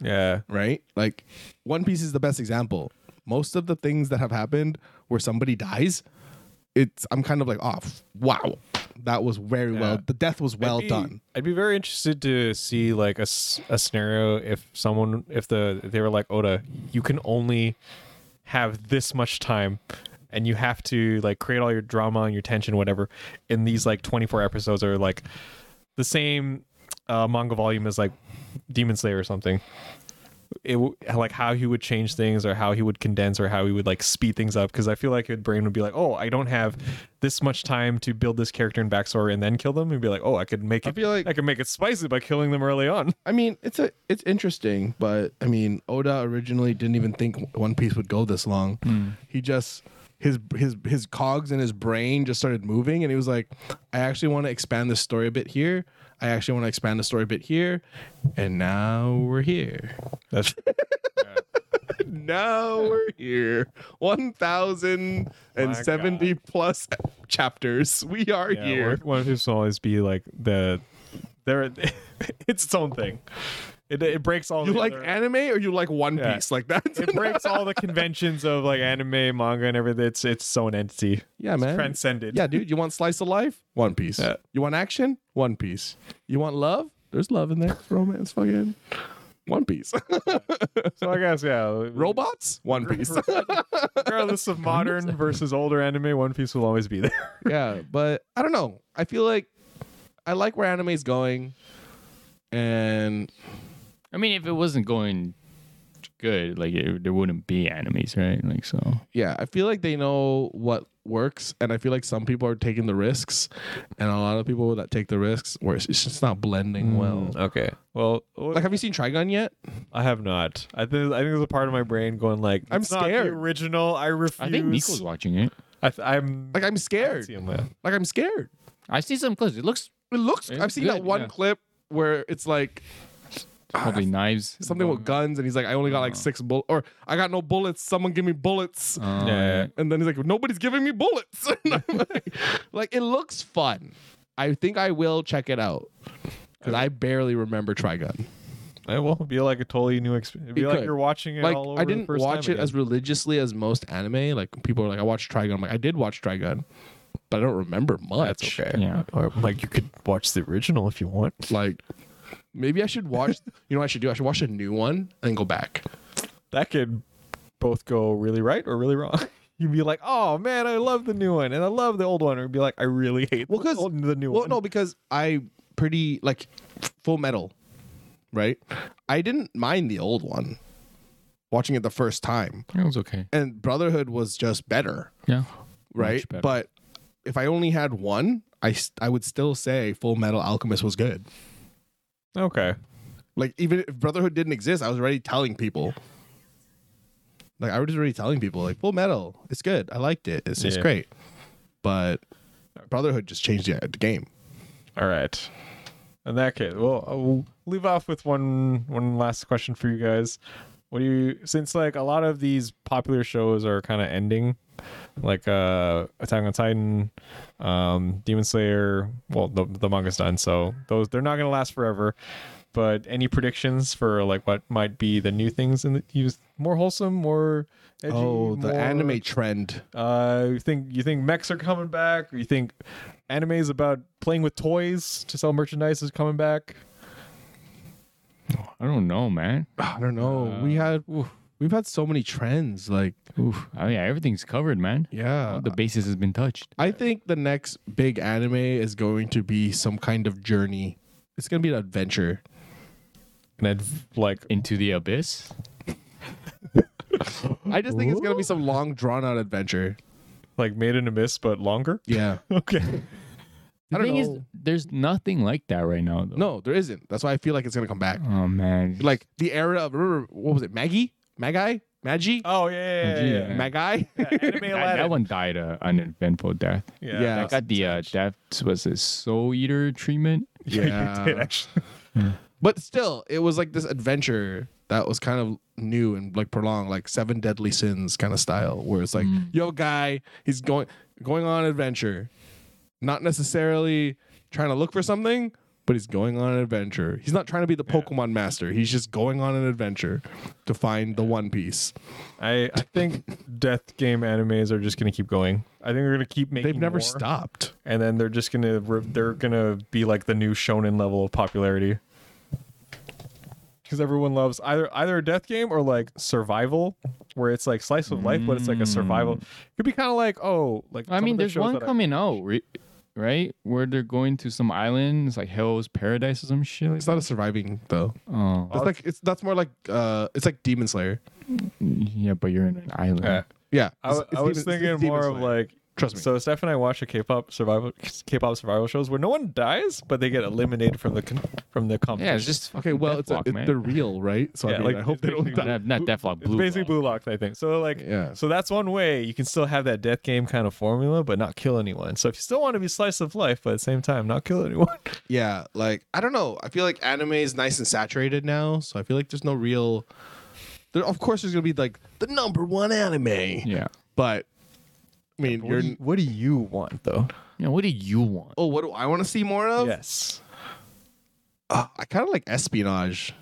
yeah right? Like, One Piece is the best example. Most of the things that have happened where somebody dies, it's I'm kind of like, oh, f- wow, that was very well. The death was well be- done. I'd be very interested to see like a, s- a scenario if someone if the if they were like Oda, you can only have this much time and you have to like create all your drama and your tension whatever in these like 24 episodes or like the same uh, manga volume as like Demon Slayer or something. It w- like how he would change things or how he would condense or how he would like speed things up because I feel like his brain would be like, oh, I don't have this much time to build this character and backstory and then kill them. He'd be like, oh, I could make it. I feel like- I could make it spicy by killing them early on. I mean, it's a it's interesting, but I mean, Oda originally didn't even think One Piece would go this long. Hmm. He just his his his cogs in his brain just started moving, and he was like, "I actually want to expand this story a bit here. I actually want to expand the story a bit here, and now we're here. That's Now we're here. One thousand and seventy plus chapters. We are yeah, here. One, one of these will always be like the there. it's its own thing. It it breaks all. You the like other- anime or you like One Yeah. Piece? Like that? it breaks all the conventions of like anime, manga, and everything. It's its own entity. Yeah, it's man. Transcended. Yeah, dude, you want slice of life? One Piece. Yeah. You want action? One Piece. You want love? There's love in there. Romance, fucking. One Piece. So I guess yeah, Robots? One Piece. regardless of modern versus older anime, One Piece will always be there. yeah, but I don't know. I feel like I like where anime's going, and I mean, if it wasn't going good, like it, there wouldn't be animes, right? Like so. yeah, I feel like they know what works, and I feel like some people are taking the risks, and a lot of people that take the risks where it's it's just not blending well. Okay. Well, oh, Like, have you seen Trigun yet? I have not. I think I think there's a part of my brain going like, I'm "It's not the scared." original. I refuse. I think Nico's watching it. I th- I'm Like, I'm scared. seeing that. Like, I'm scared. I see some clips. It looks It looks. It's I've seen that good, one yeah. clip where it's like probably knives. Ah, something with guns, and he's like, "I only got like six bullets, or I got no bullets. Someone give me bullets." Oh, Uh, Yeah. And then he's like, nobody's giving me bullets. And I'm like, like, it looks fun. I think I will check it out because I barely remember Trigun. It will be like a totally new experience. It'd be It like could. you're watching it Like, all over I the didn't first watch time it as again. religiously as most anime. Like, people are like, I watched Trigun. I'm like, I did watch Trigun, but I don't remember much. That's okay. Yeah. Or like you could watch the original if you want. Like, maybe I should watch, you know what I should do? I should watch a new one and go back. That could both go really right or really wrong. You'd be like, "Oh man, I love the new one," and I love the old one. Or you'd be like, "I really hate Well, the, 'cause- old, the new Well, one." no, because I pretty, like, Full Metal, right? I didn't mind the old one watching it the first time. It was okay. and Brotherhood was just better, Yeah. right? better. But if I only had one, I s- I would still say Full Metal Alchemist was good. Okay. Like even if Brotherhood didn't exist, I was already telling people. Like I was already telling people, like Full Metal, it's good. I liked it. It's, it's Yeah. great. But Brotherhood just changed the, the game. All right. In that case, well, I'll leave off with one one last question for you guys. What do you since like a lot of these popular shows are kind of ending, like uh Attack on Titan, um, Demon Slayer. Well, the the manga's done, so those they're not gonna last forever. But any predictions for like what might be the new things in the use more wholesome, more edgy, Oh, the more- anime trend. uh, you think you think mechs are coming back? You think anime is about playing with toys to sell merchandise is coming back? I don't know, man. I don't know. we Uh, had we've had so many trends. Like Oof. I mean, everything's covered, man. yeah, All the basis has been touched. I think the next big anime is going to be some kind of journey. It's going to be an adventure. And then like Into the abyss. I just think it's going to be some long drawn out adventure. like made in a mist but longer. Yeah. Okay. The I don't thing is, know. there's nothing like that right now. Though. No, there isn't. That's why I feel like it's going to come back. Oh man. Like the era of remember what was it? Maggie? Magi? Magi? Oh yeah, yeah, yeah, yeah. Gee, Magi? Anime that, Aladdin. that one died uh, an eventful death. Yeah. Yeah. I got the uh, death was a soul eater treatment. yeah. you did actually. But still, it was like this adventure that was kind of new and like prolonged, like Seven Deadly Sins kind of style, where it's like, yo, guy, he's going going on an adventure, not necessarily trying to look for something, but he's going on an adventure. He's not trying to be the Pokemon master. He's just going on an adventure to find the One Piece. I, I think death game animes are just gonna keep going. I think they're gonna keep making. They've never more, stopped. And then they're just gonna re- they're gonna be like the new shonen level of popularity. Because everyone loves either either a death game or like survival, where it's like slice of life, but it's like a survival. Mm. It could be kind of like oh, like I some mean, of the there's shows one that I- coming out, re- right? Where they're going to some island. It's like Hell's Paradise or some shit. like It's not a surviving though. that. oh, That's like it's that's more like uh, it's like Demon Slayer. yeah, but you're in an island. Yeah. Yeah, I, w- it's- it's I was Demon- it's thinking Demon more of Slayer. like Trust me. So Steph and I watch a K-pop survival K-pop survival shows where no one dies, but they get eliminated from the con- from the competition. Yeah, it's just Okay, well, it's, a, Deathlock, it- man. they're real, right? So Yeah, I, mean, like, I hope they- they don't they- die. not, not Deathlock It's Blue. basically Lock. blue locked, I think. So like, Yeah. So that's one way you can still have that death game kind of formula, but not kill anyone. So if you still want to be slice of life, but at the same time not kill anyone. Yeah, like I don't know. I feel like anime is nice and saturated now, so I feel like there's no real. There, of course, there's gonna be like the number one anime, Yeah. but I mean, What you're. do, you, what do you want though? Yeah. What do you want? Oh, what do I want to see more of? Yes. Uh, I kind of like espionage.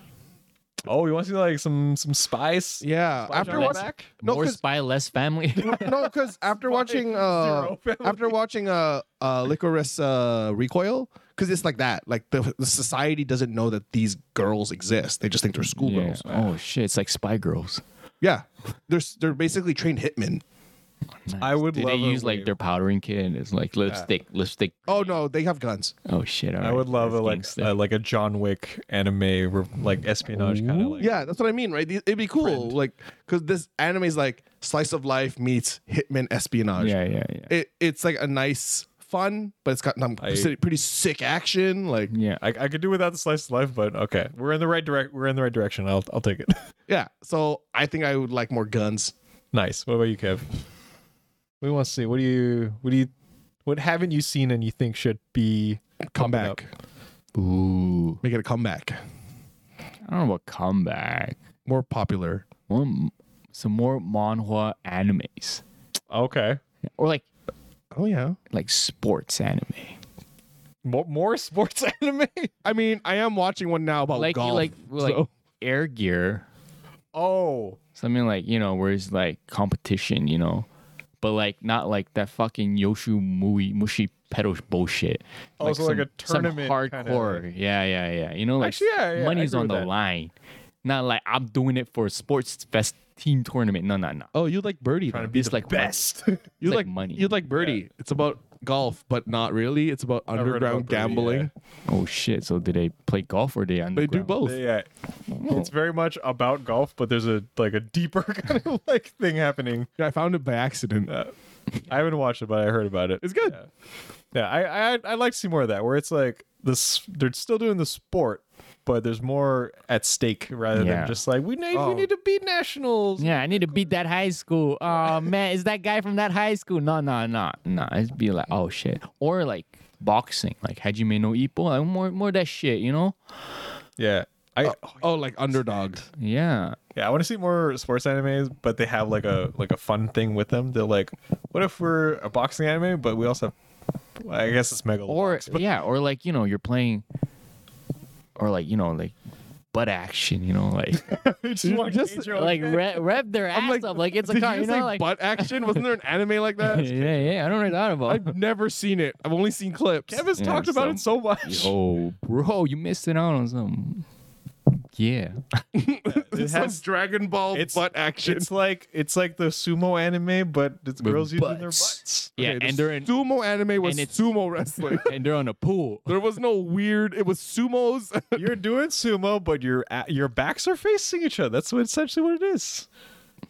Oh, you want to see like some some spice? Yeah, Spice after on my watching, back? no, More 'cause- spy, less family. no, because after watching, uh, Zero family. after watching, uh, uh, Licorice uh, Recoil, because it's like that. Like the, the society doesn't know that these girls exist. They just think they're Yeah. schoolgirls. Oh shit! It's like Spy Girls. Yeah, they're s- they're basically trained hitmen. I would Do love. they a use like wave- their powdering kit and it's like lipstick, lipstick? Oh no, they have guns. Oh shit! I would love a like Gangster. a, like a John Wick anime re- like espionage kind of like Yeah, that's what I mean, right? It'd be cool, like because this anime is like slice of life meets hitman espionage. yeah, yeah, yeah. It it's like a nice fun, but it's got some I- Mm. pretty, pretty sick action. Like yeah. I, I could do without the slice of life, but okay, we're in the right direct. We're in the right direction. I'll I'll take it. yeah, so I think I would like more guns. nice. What about you, Kev? We want to see. What do you? What do you? What haven't you seen and you think should be Comeback, Ooh, make it a comeback. I don't know about comeback. More popular. One, some more manhwa animes okay? or like Oh yeah. like sports anime. More, more sports anime. I mean, I am watching one now about like golf. like like so- air gear Oh, something like you know where it's like competition you know but like not like that fucking yoshu mui mushi pedo bullshit Oh, so like a tournament some kinda- hardcore yeah yeah yeah you know like Actually, yeah, yeah, I money's agree on with the that. line not like i'm doing it for a sports fest team tournament no no no oh, you like birdie? trying to then. be It's the like money. best. You like money. You like birdie? It's about golf, but not really. It's about heard about underground Birdie, yeah. gambling. oh shit so do they play golf or they Oh. They do both. yeah, it's very much about golf, but there's a like a deeper kind of like thing happening. Yeah, I found it by accident. I haven't watched it, but I heard about it. It's good. Yeah, Yeah, I, I I'd like to see more of that, where it's like this. They're still doing the sport, but there's more at stake rather Yeah. than just like we need Oh. we need to beat nationals. yeah, I need to beat that high school. Oh man, is that guy from that high school? No, no, no, no. It'd be like, oh shit, or like boxing, like Hajime no Ippo, like more, more that shit, you know? Yeah. I, Oh, like underdog. Yeah, yeah, I want to see more sports animes, but they have like a like a fun thing with them. They're like, what if we're a boxing anime, but we also, have, I guess it's mega or box, but yeah, or like you know, you're playing, or like you know, like butt action, you know, like Just like re- rev their ass like, up, like it's a did car, you, you, just know, say like butt action? Wasn't there an anime like that? yeah, yeah. I don't know that about. I've never seen it. I've only seen clips. Kevin's Yeah, talked about it so much. Yo, bro, you missed out on something. Yeah, It it's like has- Dragon Ball it's- butt action. It's like it's like the sumo anime, but it's girls using their butts. butts. yeah, Okay, the and they're in, sumo anime was and it's- sumo wrestling. and they're on a pool. there was no weird. It was sumos. You're doing sumo, but your a- your backs are facing each other. That's what, essentially what it is.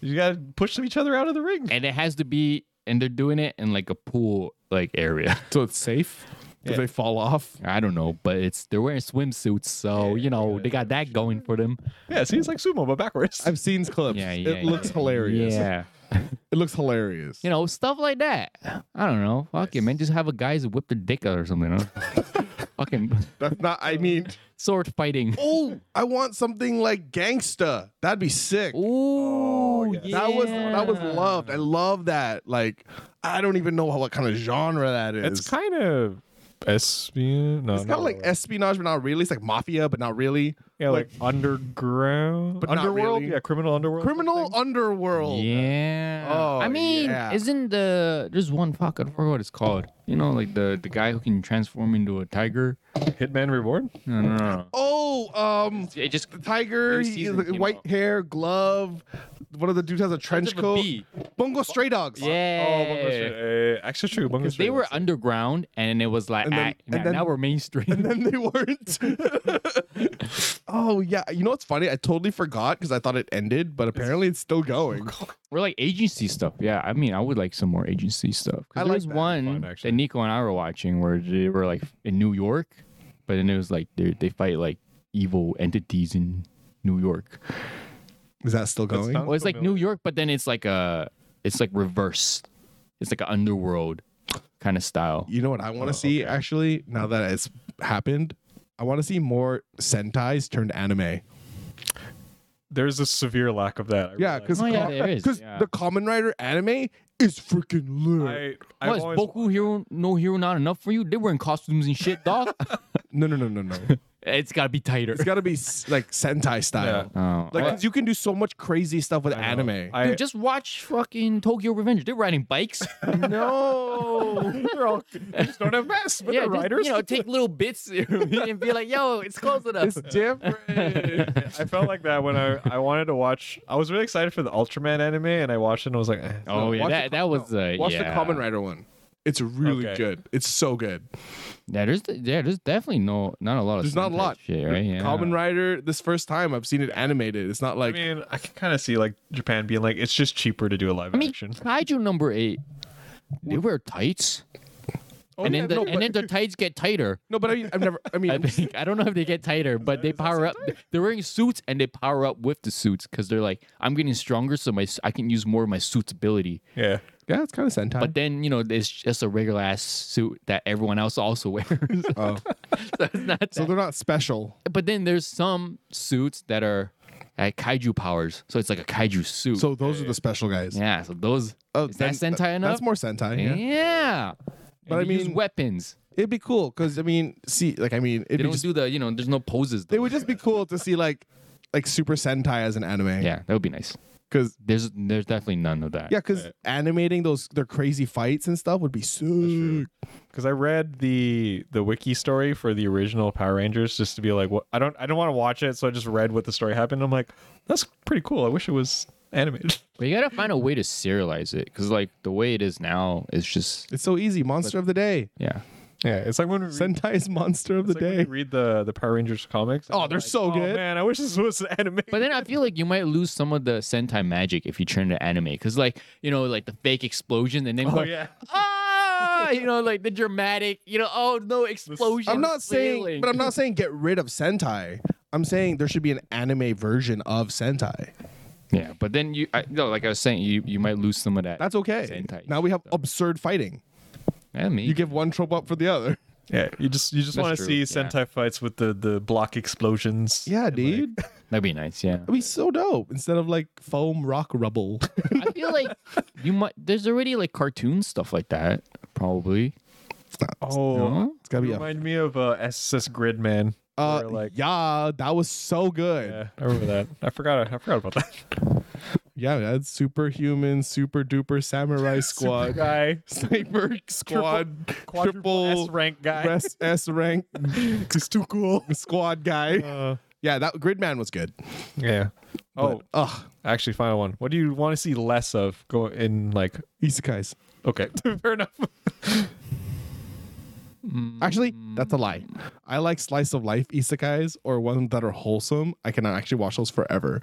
You gotta push each other out of the ring. and it has to be and they're doing it in like a pool like area so it's safe. Did they fall off? i don't know but it's they're wearing swimsuits so you know they got that going for them Yeah, see, it's like sumo but backwards. I've seen clips. yeah yeah it looks yeah. hilarious. yeah It looks hilarious. you know stuff like that i don't know fuck it man just have a guys whip their dick out or something huh? fucking That's not. I mean, sword fighting oh, I want something like gangsta. That'd be sick. Ooh, yeah. Oh, That was that was loved. I love that. Like, I don't even know how, what kind of genre that is. it's kind of espion. No, It's kind of like espionage, but not really. It's like mafia, but not really. yeah, like, underground, But not underworld. really. Yeah, criminal underworld. Criminal underworld. yeah. Oh, I mean, yeah. isn't the there's one fuck I forgot what it's called. You know, like the the guy who can transform into a tiger. Hitman Reborn. No, no, no. Oh, um, It just the tiger. New He, season he's like came white out. hair, glove. One of the dudes has a trench of a coat. bee. Bungo Stray Dogs. Oh, Bungo Yeah. Stray- uh, actually true. Bungo Because Stray they were was- underground and it was like, And then- ah, and nah, then- now we're mainstream. And they weren't. oh yeah, you know what's funny? I totally forgot because I thought it ended, but apparently it's still going. we're like agency stuff. Yeah. I mean, I would like some more agency stuff. Because I like there was that. one Fun, actually. that Nico and I were watching where they were like in New York, but then it was like they they fight like evil entities in New York. Is that still going? sounds- Well, it's like New York, but then it's like a, it's like reversed. It's like an underworld kind of style. you know what I Oh, want to see actually? Now that it's happened, I want to see more Sentai's turned anime. There's a severe lack of Yeah, that. I realized. because Oh, yeah, there is, yeah. the Common Rider anime is freaking lit. I I've What is always- Boku Hero No Hero not enough for you? They were in costumes and shit, dog. No, no, no, no, no. It's gotta be tighter. It's got to be s- like Sentai style. Oh, Like I- 'cause you can do so much crazy stuff with anime. I, Dude, just watch fucking Tokyo Revengers. They're riding bikes. no, they're all they just don't have vests, but they're just, riders. you know, take little bits and be like, "Yo, it's close enough." it's different. I felt like that when I, I wanted to watch. I was really excited for the Ultraman anime, and I watched it and I was like, eh. oh yeah, watch that, the- that was uh, Watch yeah. the Common Rider one. It's really Okay. good. It's so good. Yeah, there's yeah, there's definitely no not a lot of There's not a Sentai lot. shit, right? Yeah. Common Rider. This first time I've seen it animated. It's not I like mean, I can kind of see like Japan being like, it's just cheaper to do a live I mean, action. Kaiju number eight. They wear tights, oh, and yeah, then the, no, and but, then the tights get tighter. no, but I mean, I've never. I mean, I think I don't know if they get tighter, but they power up. They're wearing suits and they power up with the suits because they're like, I'm getting stronger, so my s- I can use more of my suit's ability. Yeah. yeah, it's kind of Sentai. But then you know, it's just a regular ass suit that everyone else also wears. Oh. so it's not. so that- they're not special. But then there's some suits that are like kaiju powers, so it's like a kaiju suit. So those are the special guys. yeah, so those Oh, is that then- Sentai enough? Eh? That's more Sentai. Yeah. Yeah. But But I I use mean- weapons. It'd be cool because I mean, see, like I mean, it'd They be don't just, do the, you know, there's no poses. Though. it would just be cool to see like like Super Sentai as an anime. Yeah, that would be nice. Because There's there's definitely none of that. yeah, because animating those their crazy fights and stuff would be sick. because I read the the wiki story for the original Power Rangers just to be like, what I don't I don't want to watch it, so I just read what the story happened. I'm like, that's pretty cool. I wish it was animated. But you gotta find a way to serialize it because like the way it is now is just It's so easy. Monster of the day. yeah. Yeah, it's like when we read, Sentai's monster of the it's like when day. you read the the Power Rangers comics. Oh, I'm they're like, so "Oh, good." man. I wish this was animated. But then I feel like you might lose some of the Sentai magic if you turn to anime because like you know like the fake explosion and then oh go, yeah, ah you know like the dramatic you know oh no explosion. I'm not saying, flailing. but I'm not saying get rid of Sentai. I'm saying there should be an anime version of Sentai. yeah. But then you I, no like I was saying you you might lose some of that. That's okay. Sentai. Now we have absurd fighting. yeah, me. You give one trope up for the other. yeah. You just you just That's want true, to see yeah. Sentai fights with the the block explosions. Yeah, and, dude. That'd be nice. Yeah. That'd be so dope. Instead of like foam rock rubble. I feel like you might. There's already like cartoon stuff like that, probably. Like, oh, No? It's gotta you be a remind me of uh, SSS Gridman. Uh, where, like- yeah, that was so good. Yeah, I remember that. I forgot. I forgot about that. Yeah, that's superhuman, super duper samurai squad, guy. sniper squad, quadruple S rank guy. S, S rank It's too cool. squad guy. Uh, yeah, that Gridman was good. yeah. Oh, Ugh, actually, final one. What do you want to see less of? Go in like. isekais. Okay, fair enough. Actually, that's a lie. I like slice of life isekais or ones that are wholesome. I can actually watch those forever.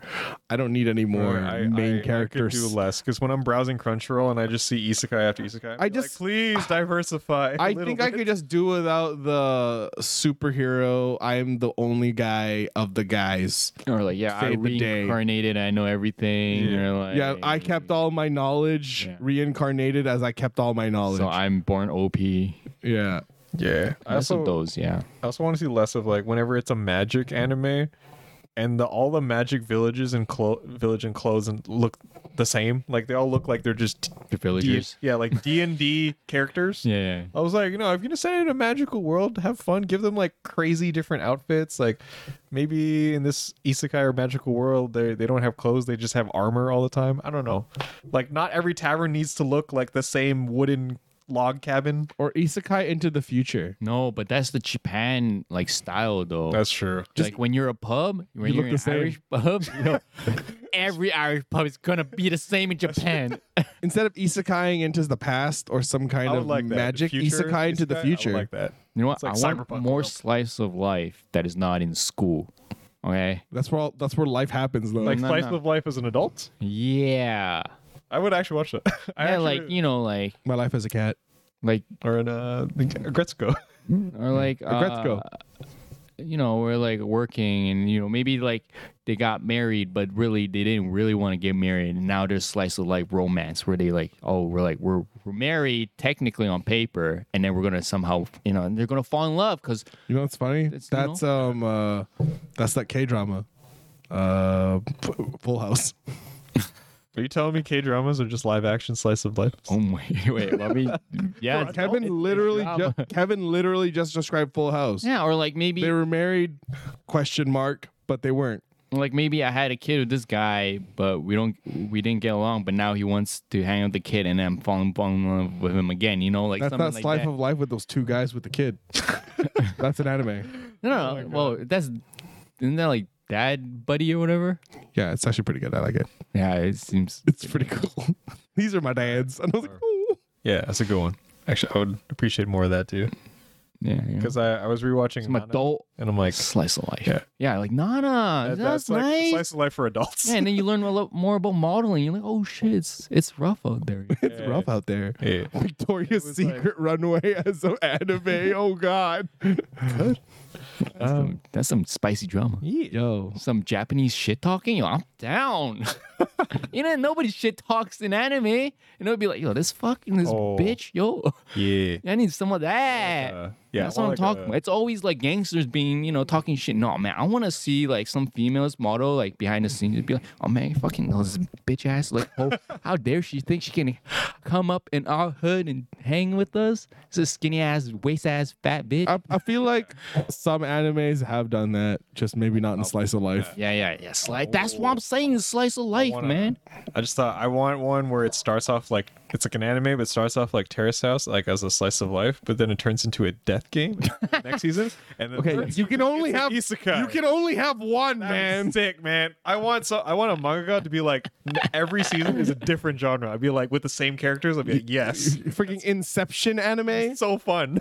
I don't need any more main characters. I could do less because when I'm browsing Crunchyroll and I just see isekai after isekai, I i just just- please diversify. I think I could just do without the superhero. I'm the only guy of the guys. Or like, yeah, I Save the day. reincarnated. I know everything. Or like, Yeah, I kept all my knowledge Yeah. reincarnated as I kept all my knowledge. So I'm born OP. yeah. Yeah, I That's also, of those. Yeah. I also want to see less of like whenever it's a magic anime, and the all the magic villages and clo- village and clothes and look the same. Like they all look like they're just The villagers. yeah, like D and D characters. Yeah. yeah. I was like, you know, if you're gonna send it in a magical world, have fun, give them like crazy different outfits. Like maybe in this isekai or magical world, they they don't have clothes, they just have armor all the time. I don't know. Like not every tavern needs to look like the same wooden log cabin. Or Isekai into the future. No, but that's the Japan like style though. true. like when you're a pub, when you look are in the same. Irish pub, you know, every Irish pub is gonna be the same in Japan. Instead of isekaiing into the past or some kind I would of like that. magic Future isekai into isekai, the I would future. like that. You know what? like I cyberpunk, want more though. slice of life that is not in school. Okay. That's where all, that's where life happens though. Like No, slice no. of life as an adult. Yeah. I would actually watch that. I yeah, actually like would. you know, like my life as a cat. like or in uh Gretzko. or like Gretzko. uh, you know, we're like working, and you know, maybe like they got married, but really they didn't really want to get married, and now there's slice of life romance where they like, oh, we're like we're we're married technically on paper, and then we're gonna somehow, you know, and they're gonna fall in love because You know what's funny? It's- you that's um uh that's that K drama. Uh Full House. Are you telling me K dramas are just live action slice of life? Oh my wait, let me yeah. it's- Kevin it's a literally, drama. ju- Kevin literally just described Full House. Yeah, or like maybe They were married? Question mark. But they weren't. like maybe I had a kid with this guy, but we don't we didn't get along, but now he wants to hang out with the kid and I'm falling, falling in love with him again, you know, like That's something not like Life that. of Life with those two guys with the kid. That's an anime. no, no, no, well, that's isn't that like dad buddy or whatever? Yeah, it's actually pretty good. I like it. Yeah, it seems It's pretty cool. These are my dads. And I was like, "Ooh." Yeah, that's a good one. Actually, I would appreciate more of that too. yeah, you know. Because I, I was rewatching some Nana, adult and I'm like, slice of life. Yeah. yeah like Nana, that- that's, like nice. slice of life for adults. Yeah, and then you learn a lot more about modeling. You're like, oh shit, it's it's rough out there. it's rough out there. Yeah. Victoria's Secret runway as an anime. oh God. That's, some, that's some spicy drama. Yo. Some Japanese shit talking. Yo, I'm down. you know, nobody shit talks in anime, and they'll be like, yo, this fucking this Oh. bitch, yo, Yeah. I need some of that. Uh, yeah. that's or what I'm like talking a- about. It's always like gangsters being, you know, talking shit. No, man, I want to see like some females model like behind the scenes and be like, oh man, fucking those bitch ass. Like, oh, how dare she think she can come up in our hood and hang with us? It's a skinny ass, waist ass, fat bitch. I, I feel like some animes have done that, just maybe not in Slice of Life. yeah, yeah, yeah. Slice. That's what I'm saying. Slice of life, Oh. wanna- man. I just thought I want one where it starts off like it's like an anime, but it starts off like Terrace House, like as a slice of life, but then it turns into a death game next season. And then Okay, it's you can only an have isekai. you can only have one, That man. was sick man. I want so I want a manga to be like n- every season is a different genre. I'd be like with the same characters. I'd be like, yes, Freaking Inception anime. it's so fun.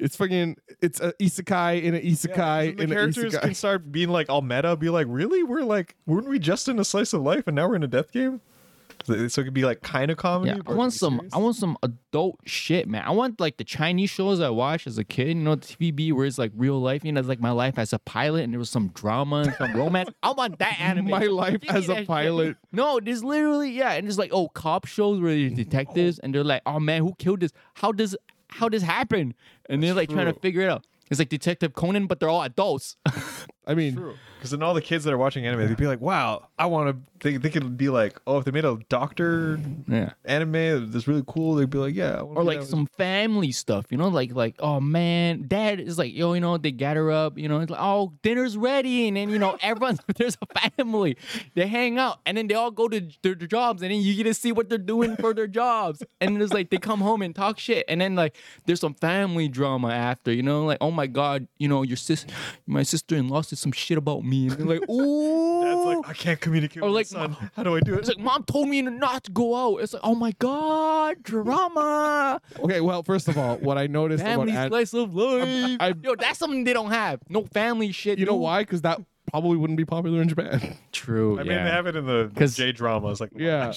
It's freaking it's a isekai in an isekai And the in an characters isekai. can start being like all meta. Be like, really? We're like, weren't we just in a slice of life, and now we're in a death game? So so it could be like kind of comedy. Yeah, I but want be some. serious. I want some adult shit, man. I want like the Chinese shows I watched as a kid. You know, TVB where it's like real life. You know, it's like my life as a pilot, and there was some drama and some romance. I want that anime. My life Give me as a that shit. pilot. No, there's literally yeah, and it's like oh, cop shows where they're detectives, and they're like, oh man, who killed this? How does how this happen? And they're like trying to figure it out. It's like Detective Conan, but they're all adults. I mean, Because then all the kids that are watching anime, they'd be like, "Wow, I want to." They, they could be like, "Oh, if they made a doctor yeah. anime that's really cool," they'd be like, "Yeah." I wanna or be like that way." some family stuff, you know, like like oh man, dad is like yo, you know, they gather up, you know, it's like oh dinner's ready, and then you know everyone's there's a family, they hang out, and then they all go to their, their jobs, and then you get to see what they're doing for their jobs, and it's like they come home and talk shit, and then like there's some family drama after, you know, like oh my god, you know your sis, my sister in law said some shit about me, and they're like ooh, Dad's like, "I can't communicate." Oh. Or with like- my son. how do I do it's it? like mom told me not to go out, it's like oh my god, drama. okay, well, first of all, what I noticed about Family an- slice of life. I- Yo, that's something they don't have. No family shit. you know dude. why? Because that probably wouldn't be popular in Japan. True. I mean, yeah. they have it in the 'Cause- J dramas, like Yeah,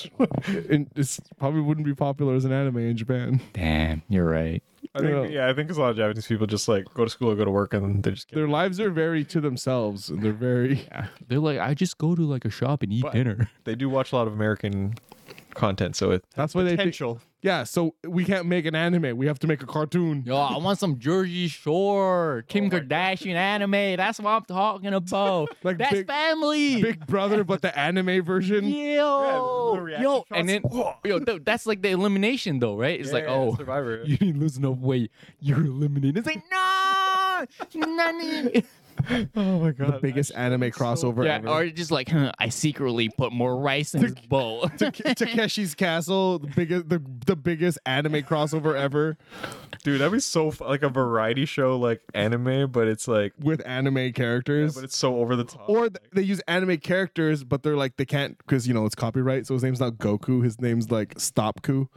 and this probably wouldn't be popular as an anime in Japan. Damn, you're right. I think, Yeah. yeah, I think 'cause a lot of Japanese people just like go to school, go to work, and they just get Their lives are very to themselves, and they're very. They're like, I just go to like a shop and eat dinner. they do watch a lot of American content, so it That's why they think. potential. Yeah, so we can't make an anime. We have to make a cartoon. Yo, I want some Jersey Oh Shore, Kim Kardashian anime. That's what I'm talking about. Like that's big- family. Big Brother, but the anime version. Yo, the reaction yo, shots. and then yo, dude, that's like the elimination though, right? It's like, Yeah, oh, Survivor. you didn't lose enough weight, you're eliminated. It's like, no, nani. oh my god, The biggest anime crossover Yeah, ever. or just like, huh, I secretly put more rice in this bowl. Take- Takeshi's Castle, the biggest, the, the biggest anime crossover ever dude, that'd be so f- like a variety show, like anime, but it's like, with anime characters. but it's so over the top. or th- they use anime characters, but they're like they can't because you know it's copyright. So his name's not Goku. His name's like Stopku.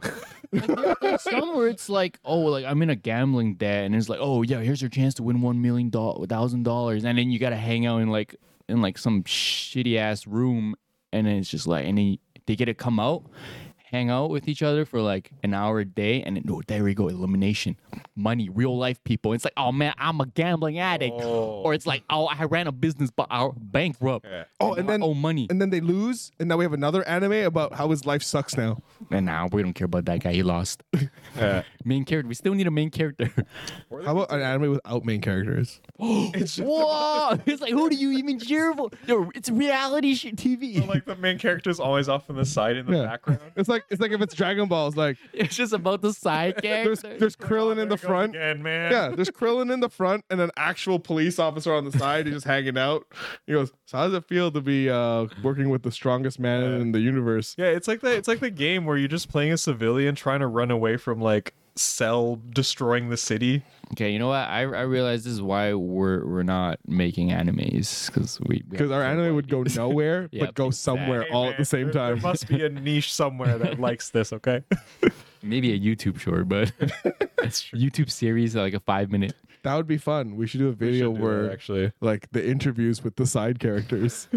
Some where it's like, oh, like I'm in a gambling debt, and it's like, oh yeah, here's your chance to win one million thousand dollars, and then you gotta hang out in like in like some shitty ass room, and then it's just like, and then they get to come out, hang out with each other for like an hour a day, and then, oh, there we go, elimination, money, real life people. It's like, oh man, I'm a gambling addict, or it's like, oh, I ran a business, but I bankrupt. Oh, and then oh, money, and, and then they lose, and now we have another anime about how his life sucks now. now we don't care about that guy. He lost. Yeah. main character. We still need a main character. How about an anime without main characters? Whoa! It's like, who do you even cheer for? Yo, it's reality sh- TV. like the main character is always off on the side in the Yeah. background. It's like it's like if it's Dragon Ball, it's like it's just about the side there's character. there's Krillin in the front. Again, man. Yeah, there's Krillin in the front and an actual police officer on the side who's just hanging out. He goes, So how does it feel to be uh, working with the strongest man in the universe? Yeah, it's like that. It's like the game where you're just playing a civilian trying to run away from like cell destroying the city. Okay, you know what? I, I realize this is why we're we're not making animes because we Because our anime would go nowhere, Yep, but go somewhere Hey, all at man, the same there- time. There must be a niche somewhere that likes this. Okay. maybe a YouTube short, but YouTube series like a five minute. That would be fun. We should do a video Should do that, where actually. like the interviews with the side characters.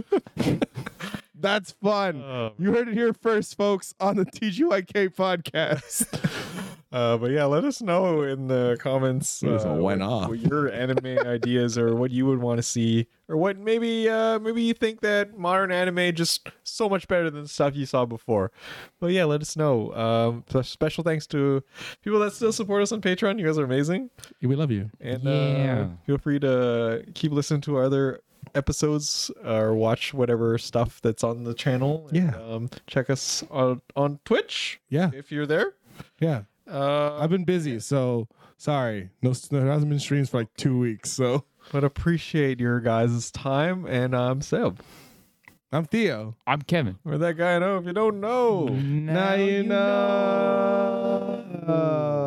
That's fun. Oh, you heard it here first, folks, on the TGYK podcast. Uh, but yeah, let us know in the comments This uh, one went what- off. what your anime ideas or what you would want to see or what maybe uh, maybe you think that modern anime just so much better than stuff you saw before. But yeah, let us know. Um, so special thanks to people that still support us on Patreon. You guys are amazing, we love you. and Yeah. uh, feel free to keep listening to our other episodes or watch whatever stuff that's on the channel. And, Yeah. um, check us on on Twitch Yeah, if you're there. yeah. Uh, I've been busy, so sorry. No, s- there hasn't been streams for like two weeks. So but appreciate your guys' time. And I'm Seb. I'm Theo. I'm Kevin. We're that guy I know if you don't know. Now Now you know.